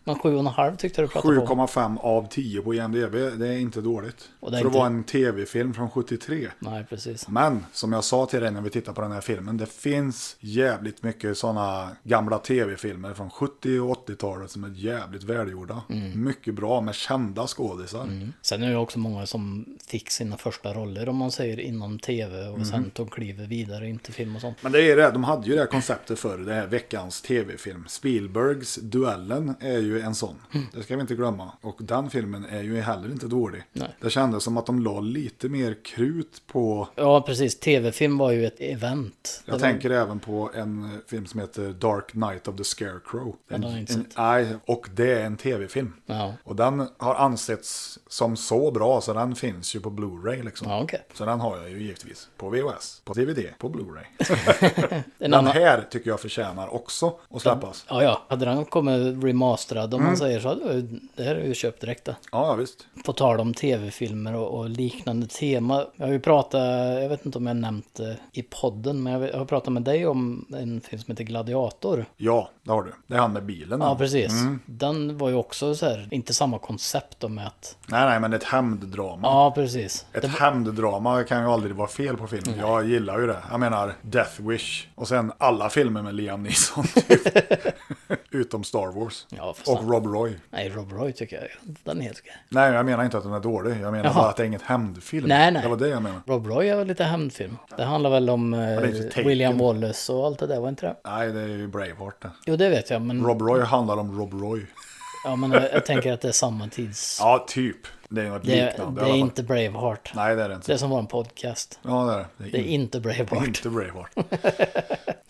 Men 7,5 tyckte jag du pratade på. 7,5 av 10 på E IMDB, det är inte dåligt. Och det är För inte- det var en tv-film från 73. Nej, precis. Men som jag sa till dig när vi tittade på den här filmen, det finns jävligt mycket sådana gamla tv-filmer från 70 och 80-talet som är jävligt välgjorda. Mm. Mycket bra med kända skådisar. Sen är det också många som fick sina första roller om man säger inom tv Mm. och sen tog kliver vidare in till film och sånt. Men det är det, de hade ju det här konceptet förr, det här veckans tv-film. Spielbergs Duellen är ju en sån. Mm. Det ska vi inte glömma. Och den filmen är ju heller inte dålig. Nej. Det kändes som att de la lite mer krut på Ja, precis. Tv-film var ju ett event. Jag Det var- tänker även på en eh, film som heter Dark Knight of the Scarecrow. den har jag inte en, sett. nej, och det är en tv-film. Ja. Och den har ansetts som så bra så den finns ju på Blu-ray liksom. Ja, okej. Så den har jag ju givetvis på VHS, på DVD, på Blu-ray. [LAUGHS] [LAUGHS] En Den annan... här tycker jag förtjänar också att släppas. Ja, ja. Hade den kommit remasterad Mm. om man säger så, hade jag- det här är ju köpt direkt det. Ja, ja, visst. På tal om tv-filmer och, och liknande tema. Jag har ju pratat, jag vet inte om jag nämnt det i podden, men jag vet- jag har pratat med dig om en film som heter Gladiator. Ja, det har du. Det är han med bilen. Ja, då. precis. Mm. Den var ju också så här, inte samma koncept då med att... Nej, nej, men ett hämnddrama. Ja, precis. Ett hämnddrama kan ju aldrig vara fel på film. Jag gillar ju det. Jag menar Death Wish och sen alla filmer med Liam Neeson. [LAUGHS] Typ. Utom Star Wars. Ja, för och fan. Rob Roy. Nej, Rob Roy tycker jag, den är helt okej. Nej, jag menar inte att den är dålig. Jag menar Jaha. bara att det är inget hämndfilm. Nej, nej. Det var det jag menade. Rob Roy är väl lite hämndfilm. Det handlar väl om eh, det är inte Taken. William Wallace och allt det där, var inte det? Nej, det är ju Braveheart det. Jo, det vet jag, men, Rob Roy handlar om Rob Roy. ja, men jag, jag tänker att det är samma tids... Ja, typ. Det är något det, liknande. i det är alla fall. inte Braveheart. Nej, det är det inte. Det som var en podcast. Ja, det är det. Det är inte Braveheart. inte Braveheart.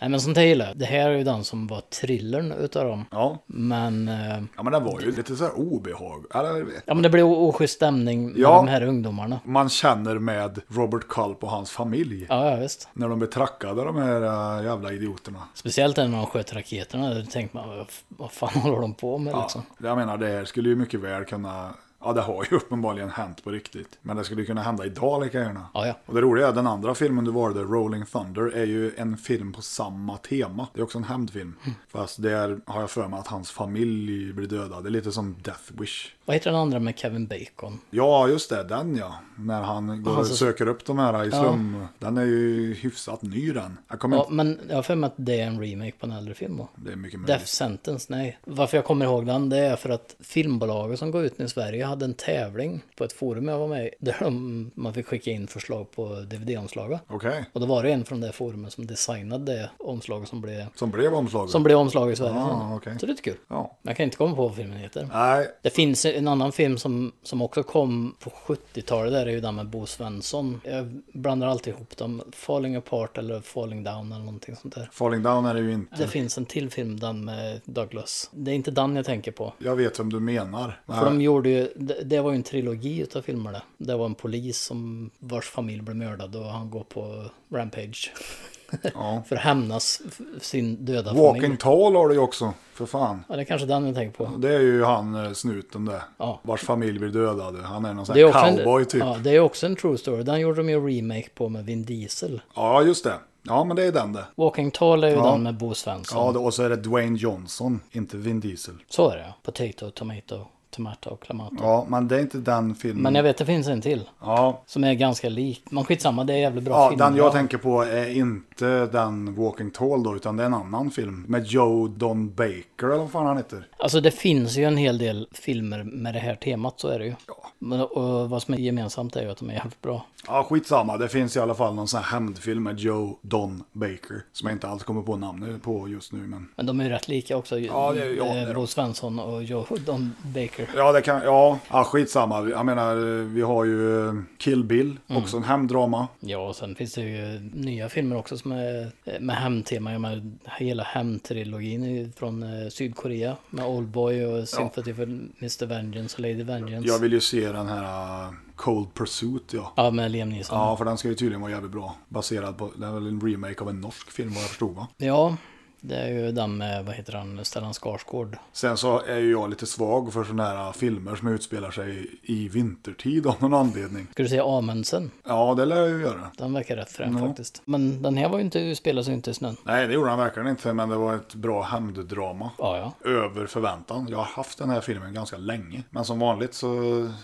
Nej, men sånt här gillar jag. Det här är ju den som var thrillern utav dem. Ja. Men... eh, ja, men den var ju lite så här obehag. Eller, Ja, men det blev o- oschysst stämning med Ja. de här ungdomarna. man känner med Robert Culp och hans familj. Ja, ja, visst. När de blev trackade de här äh, jävla idioterna. Speciellt när de sköt raketerna, då tänkte man vad f- vad fan [LAUGHS] håller de på med liksom? Ja, jag menar det här skulle ju mycket väl kunna, ja det har ju uppenbarligen hänt på riktigt. Men det skulle kunna hända idag lika gärna. Ja, ja. Och det roliga är den andra filmen du valde, Rolling Thunder, är ju en film på samma tema. Det är också en hämndfilm. Mm. Fast där har jag för mig att hans familj blir dödad. Det är lite som Death Wish. Vad heter den andra med Kevin Bacon? Ja, just det, den ja. När han går och Alltså- söker upp de här i slum. Den är ju hyfsat ny den. Jag kommer Ja, inte... men jag har för mig att det är en remake på en äldre film då. Det är mycket Death möjligt. Sentence, nej. Varför jag kommer ihåg den, det är för att filmbolaget som går ut nu i Sverige hade hade en tävling på ett forum jag var med i, [LAUGHS] där de, man fick skicka in förslag på DVD-omslaget. Okej. Och då var det en från det forumet som designade det omslaget som blev, Som blev omslaget? som blev omslag i Sverige. Ah, okej. Så det är lite kul. Ja. Jag kan inte komma på vad filmen heter. Nej, Det finns en annan film som, som också kom på 70-talet, där är ju den med Bo Svensson. Jag blandar alltid ihop dem, Falling Apart eller Falling Down eller någonting sånt där. Falling Down är det ju inte. Det finns en till film, den med Douglas. Det är inte den jag tänker på. Jag vet vem du menar. För de Nej. gjorde ju, det, det var ju en trilogi utav filmer det. Det var en polis som, vars familj blev mördad och han går på rampage. [LAUGHS] Ja. för att hämnas f- sin döda Walking familj. Tall har du ju också, för fan. Ja, det är kanske den jag tänker på. Det är ju han eh, snuten där. Ja. Vars familj blir dödade. Han är någon sån Det är, här också en, cowboy typ. ja, Ja. det är också en true story. Den gjorde de ju en remake på med Vin Diesel. just det. Ja, men det är den det. Walking Tall är ju Ja. den med Bo Svensson. Ja, det- och så är det Dwayne Johnson, inte Vin Diesel. Så är det ja. Potato, tomato, tomato, clamato. Ja, men det är inte den filmen. Men jag vet det finns en till. Ja, Som är ganska lik. Men skitsamma, det är jävligt bra ja film. den jag Ja. tänker på är inte den Walking Tall då, utan det är en annan film. Med Joe Don Baker eller vad fan han heter. Alltså det finns ju en hel del filmer med det här temat, så är det ju. Men, och vad som är gemensamt är ju att de är jävligt bra. Ja, skitsamma. Det finns i alla fall någon sån här hämndfilm med Joe Don Baker. Som jag inte alls kommer på namnet på just nu, men... Men de är ju rätt lika också. Ja, det är- ja, Eh, det är de. Bo Svensson och Joe Don Baker. Ja, det kan... Ja, ja skitsamma. Jag menar, vi har ju eh, Kill Bill, också en hämnddrama. Ja, och sen finns det ju nya filmer också som är eh, med hämndtema. Jag menar, hela hämndtrilogin är ju från eh, Sydkorea med Oldboy och Sympathy for Mr. Vengeance och Lady Vengeance. Jag vill ju se den här eh, Cold Pursuit, ja. Ja, med Liam Neeson. Ja, för den ska ju tydligen vara jävligt bra. Baserad på... Det är väl en remake av en norsk film, vad jag förstod, va? Ja, det är ju den med, vad heter han, Stellan Skarsgård. Sen så är ju jag lite svag för sådana här eh, filmer som utspelar sig i vintertid av någon anledning. Ska du säga Amundsen? Ja, det lär jag ju göra. Den verkar rätt frän faktiskt. Men den här var ju inte, spelas ju inte i snön. Nej, det gjorde han verkligen inte, men det var ett bra hämnddrama. Ja, ja. Över förväntan. Jag har haft den här filmen ganska länge. Men som vanligt så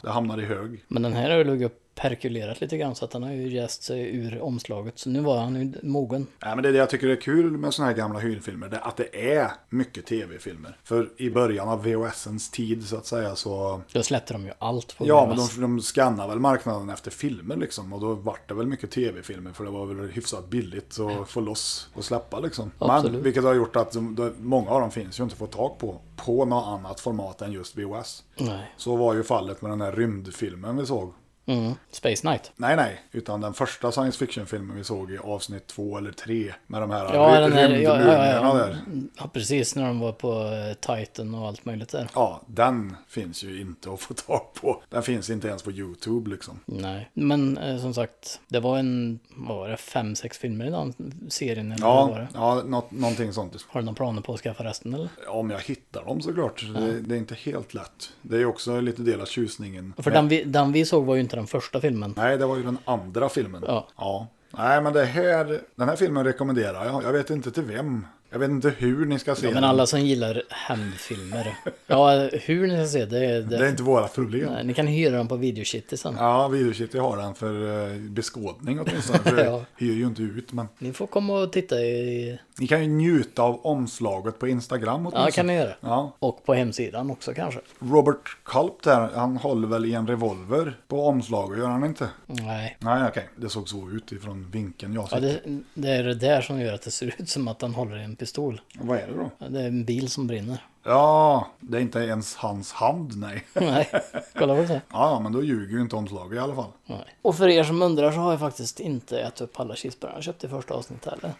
det hamnar i hög. Men den här har ju legat och perkulerat lite grann så att den har ju jäst sig ur omslaget. Så nu var han ju mogen. Nej, men det är det jag tycker är kul med såna här gamla hyrfilmer. Det, är att det är mycket tv-filmer. För i början av VHSens tid så att säga så... Då släppte de ju allt på Ja, men VHS. de, de skannar väl marknaden efter filmer liksom. Och då vart det väl mycket tv-filmer. För det var väl hyfsat billigt att få loss och släppa liksom. Men, Absolut. vilket har gjort att de, de, många av dem finns ju inte att få tag på. På något annat format än just VHS. Nej. Så var ju fallet med den här rymdfilmen vi såg. Mm. Space Knight. Nej, nej, utan den första science fiction-filmen vi såg i avsnitt två eller tre med de här Ja, ry- den här, ja, rymdmumierna ja, ja, där. ja, precis när de var på eh, Titan och allt möjligt där. Ja, den finns ju inte att få tag på. Den finns inte ens på YouTube liksom. Nej, men eh, som sagt, det var en, vad var det, fem, sex filmer i den serien eller vad var Ja, det? ja nå- någonting sånt. Har du några planer på att skaffa resten eller? Om jag hittar dem såklart. Det, det är inte helt lätt. Det är ju också lite del av tjusningen. För Men- den vi, den vi såg var ju inte den första filmen. Nej, det var ju den andra filmen. Ja. Nej, men det här, den här filmen rekommenderar jag. Jag vet inte till vem. Jag vet inte hur ni ska se Men den. alla som gillar hämndfilmer. Ja, hur ni ska se det, är- det, Det är inte våra problem. Nej, Ni kan hyra dem på videokitty sen. Ja, videokitty har den för eh, beskådning [LAUGHS] åtminstone. För Ja. det hyr ju inte ut, men Ni får komma och titta i... ni kan ju njuta av omslaget på Instagram åtminstone. Ja, det kan ni göra. Ja. Och på hemsidan också kanske. Robert Culp där, han håller väl i en revolver på omslaget, gör han inte? Nej. Nej, okej. Det såg så ut ifrån vinkeln jag Ja, såg. det, det är det där som gör att det ser ut som att han håller i en pistol. Vad är det då? Ja, Det är en bil som brinner. Ja, det är inte ens hans hand, nej. [LAUGHS] Nej, kolla på det. Ja, men då ljuger ju inte omslaget i alla fall. Nej. Och för er som undrar så har jag faktiskt inte ätit upp alla cheeseburgarna jag köpte i första avsnittet heller.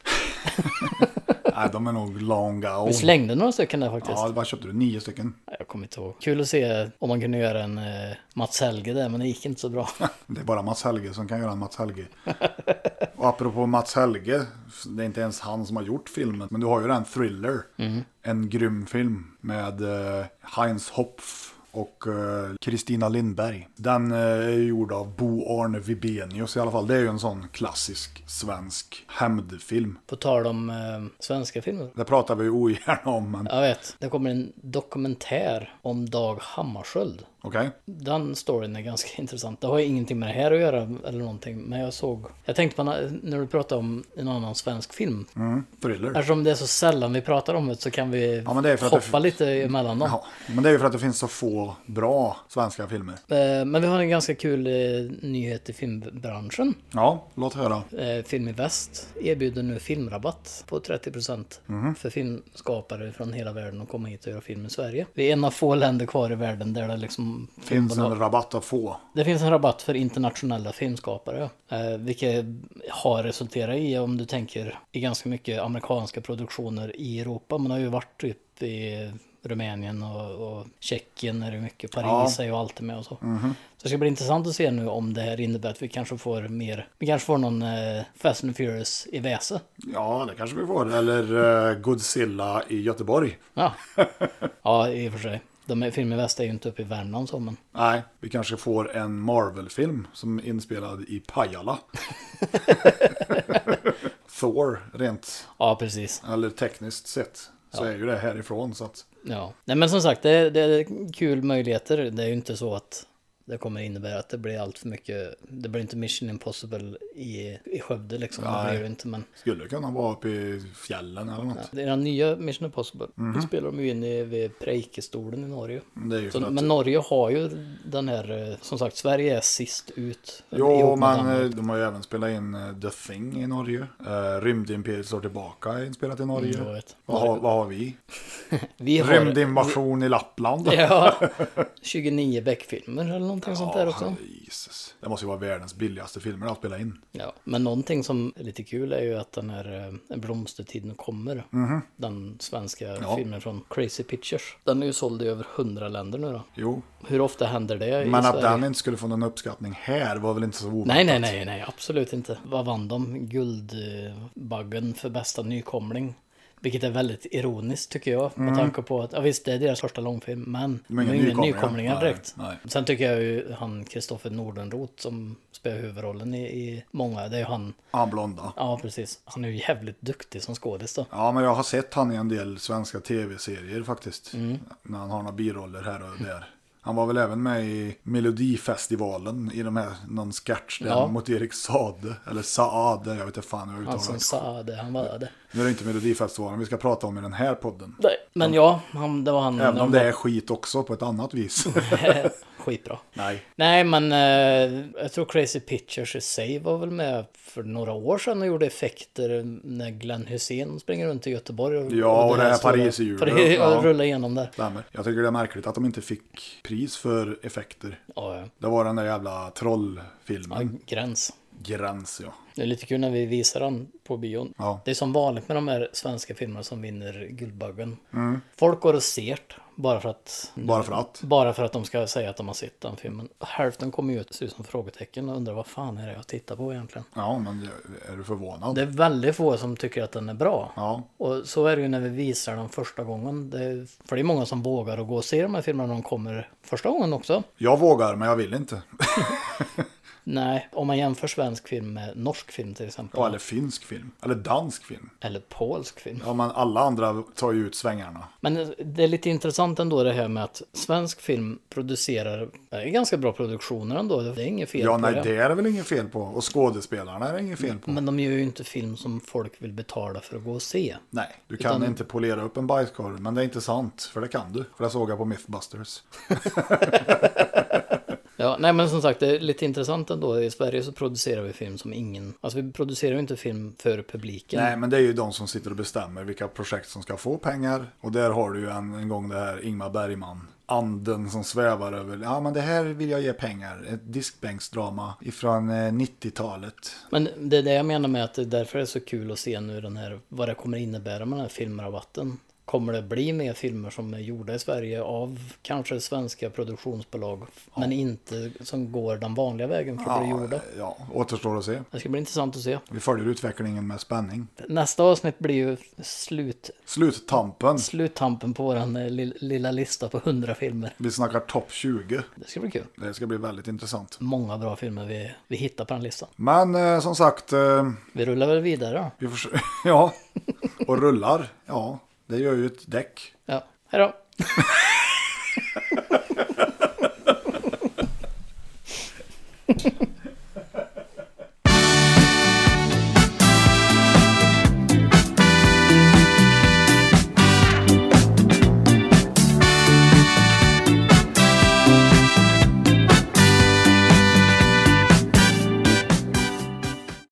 Nej, de är nog long Vi gone. slängde några stycken där faktiskt. Ja, vad köpte du? Nio stycken. Nej, Jag kommer inte ihåg. Kul att se om man kunde göra en eh, Mats Helge där, men det gick inte så bra. Det är bara Mats Helge som kan göra en Mats Helge. Och apropå Mats Helge, det är inte ens han som har gjort filmen, men du har ju den Thriller. En grym film med eh, Heinz Hopf och eh, Kristina Lindberg. Den eh, är gjord av Bo Arne Wibenius i alla fall. Det är ju en sån klassisk svensk hämndfilm. På tal om eh, svenska filmer. Det pratar vi ju ogärna om, men Jag vet, det kommer en dokumentär om Dag Hammarskjöld. Okej? Den storyn är ganska [LAUGHS] intressant. Det har ju ingenting med det här att göra eller någonting. Men jag såg... Jag tänkte på na- när du pratade om en annan svensk film. Mm, thriller. Eftersom det är så sällan vi pratar om det så kan vi Ja, men det är för att det- hoppa lite emellan dem. Ja, men det är ju för att det finns så få bra svenska filmer. Eh, Men vi har en ganska kul eh, nyhet i filmbranschen. Ja, låt höra. Eh, Film i Väst erbjuder nu filmrabatt på 30% för filmskapare från hela världen att komma hit och göra film i Sverige. Vi är en av få länder kvar i världen där det liksom Finns en rabatt att få. Det finns en rabatt för internationella filmskapare, eh, vilket har resulterat i, om du tänker, i ganska mycket amerikanska produktioner i Europa. Man har ju varit typ i Rumänien och, och Tjeckien är det mycket, Paris är ju alltid med och så. Så det ska bli intressant att se nu om det här innebär att vi kanske får mer, vi kanske får någon eh, Fast and Furious i Väse. Ja, det kanske vi får. Eller eh, Godzilla i Göteborg. Ja, ja i och för sig. De här filmerna i väst är ju inte uppe i Värmland så, men Nej, vi kanske får en Marvel-film som är inspelad i [LAUGHS] Pajala. Thor, rent, ja, precis. eller tekniskt sett, så är ju det härifrån. Så att, Ja, nej men som sagt det, det är kul möjligheter. Det är ju inte så att det kommer innebära att det blir allt för mycket. Det blir inte Mission Impossible i, i Skövde liksom. Det blir det ju inte men. skulle kunna vara uppe i fjällen eller något. Det är den nya Mission Impossible. Mhm. Det spelar de ju in i, vid Preikestolen i Norge. Det är ju Så, för att, men Norge har ju den här, eh, som sagt Sverige är sist ut. jo, Ihop med men Danmark. eh, de har ju även spelat in eh, The Thing i Norge. Eh, Rymdimperiet slår tillbaka är inspelat i Norge. Mm, jag vet. vad, har, vad har vi? vi har, Rymdinvasion i Lappland. [LAUGHS] Ja, [LAUGHS] 29 Beck-filmer eller någonting sånt där också. Ja, Jesus. Det måste ju vara världens billigaste filmer att spela in. Ja, men någonting som är lite kul är ju att den här eh, Blomstertid nu kommer. Den svenska Mhm. Ja. filmen från Crazy Pictures. Den är ju såld i över hundra länder nu då. Jo, Hur ofta händer det i Men att Sverige? den inte skulle få någon uppskattning här var väl inte så oväntat? Nej, nej, nej, nej, absolut inte. Vad vann de? Guldbaggen för bästa nykomling. Vilket är väldigt ironiskt tycker jag. Med tanke på att, ja visst det är deras första långfilm, men de är Mhm. inga ju inga nykomlingar. nykomlingar Nej, direkt. nej. Sen tycker jag ju han Kristoffer Nordenroth som spelar huvudrollen i, i många, det är ju han Han blonda. Ja, precis. Han är ju jävligt duktig som skådis då. Ja, men jag har sett han i en del svenska tv-serier faktiskt. Mm. När han har några biroller här och där. Han var väl även med i Melodifestivalen i de här, någon sketch där Ja. mot Erik Saade, eller Saade, jag vet inte fan hur jag uttalar Han som det. Alltså, sa det, han var det. Nu är det inte Melodifestivalen vi ska prata om i den här podden. Nej, men ja, han, det var han. Även om det är skit också på ett annat [LAUGHS] vis. Skitbra. Nej. Nej, men eh, jag tror Crazy Pictures i sig var väl med för några år sedan och gjorde effekter när Glenn Hussein springer runt i Göteborg. Och, Ja, och det här stora- Pariserhjulet, [LAUGHS] Paris, ja. ja. rullar igenom där. Stämmer. Jag tycker det är märkligt att de inte fick pris för effekter. Ja, ja. Det var den där jävla trollfilmen. Gräns. Gräns ja. Det är lite kul när vi visar den på bion. Ja. Det är som vanligt med de här svenska filmerna som vinner Guldbaggen. Mm. Folk går och ser det, bara för att Bara för att. Bara för att de ska säga att de har sett den filmen. Hälften kommer ju ut se ut som frågetecken och undrar vad fan är det jag tittar på egentligen. Ja, men det- är du förvånad? Det är väldigt få som tycker att den är bra. Ja. Och så är det ju när vi visar den första gången. Det är, för det är många som vågar att gå och se de här filmerna när de kommer första gången också. Jag vågar, men jag vill inte. Nej, om man jämför svensk film med norsk film till exempel. Ja, eller finsk film. Eller dansk film. Eller polsk film. Ja, men alla andra tar ju ut svängarna. Men det är lite intressant ändå det här med att svensk film producerar det är ganska bra produktioner ändå. Det är inget fel Ja, på nej, det. det är det väl inget fel på. Och skådespelarna är det inget fel på. Men de gör ju inte film som folk vill betala för att gå och se. Nej, du kan inte polera upp en bajskorv, men det är inte sant, för det kan du. För det såg jag på Mythbusters. Ja, nej men som sagt, det är lite intressant ändå. I Sverige så producerar vi film som ingen... Alltså vi producerar ju inte film för publiken. Nej, men det är ju de som sitter och bestämmer vilka projekt som ska få pengar. Och där har du ju en, en gång det här Ingmar Bergman. Anden som svävar över, ja men det här vill jag ge pengar. Ett diskbänksdrama ifrån eh, 90-talet. Men det är det jag menar med att det är därför det är så kul att se nu den här, vad det kommer innebära med den här filmrabatten. Kommer det bli mer filmer som är gjorda i Sverige av kanske svenska produktionsbolag, men inte som går den vanliga vägen för att bli gjorda? Ja, återstår att se. Det ska bli intressant att se. Vi följer utvecklingen med spänning. Nästa avsnitt blir ju slut, Sluttampen. sluttampen på vår eh, lill- lilla lista på 100 filmer. Vi snackar topp 20. Det ska bli kul. Det ska bli väldigt intressant. Många bra filmer vi, vi hittar på den listan. Men eh, som sagt, eh, Vi rullar väl vidare då. vi [LAUGHS] försöker... ja, och rullar. Ja, det gör ju ett däck. Ja, hej då.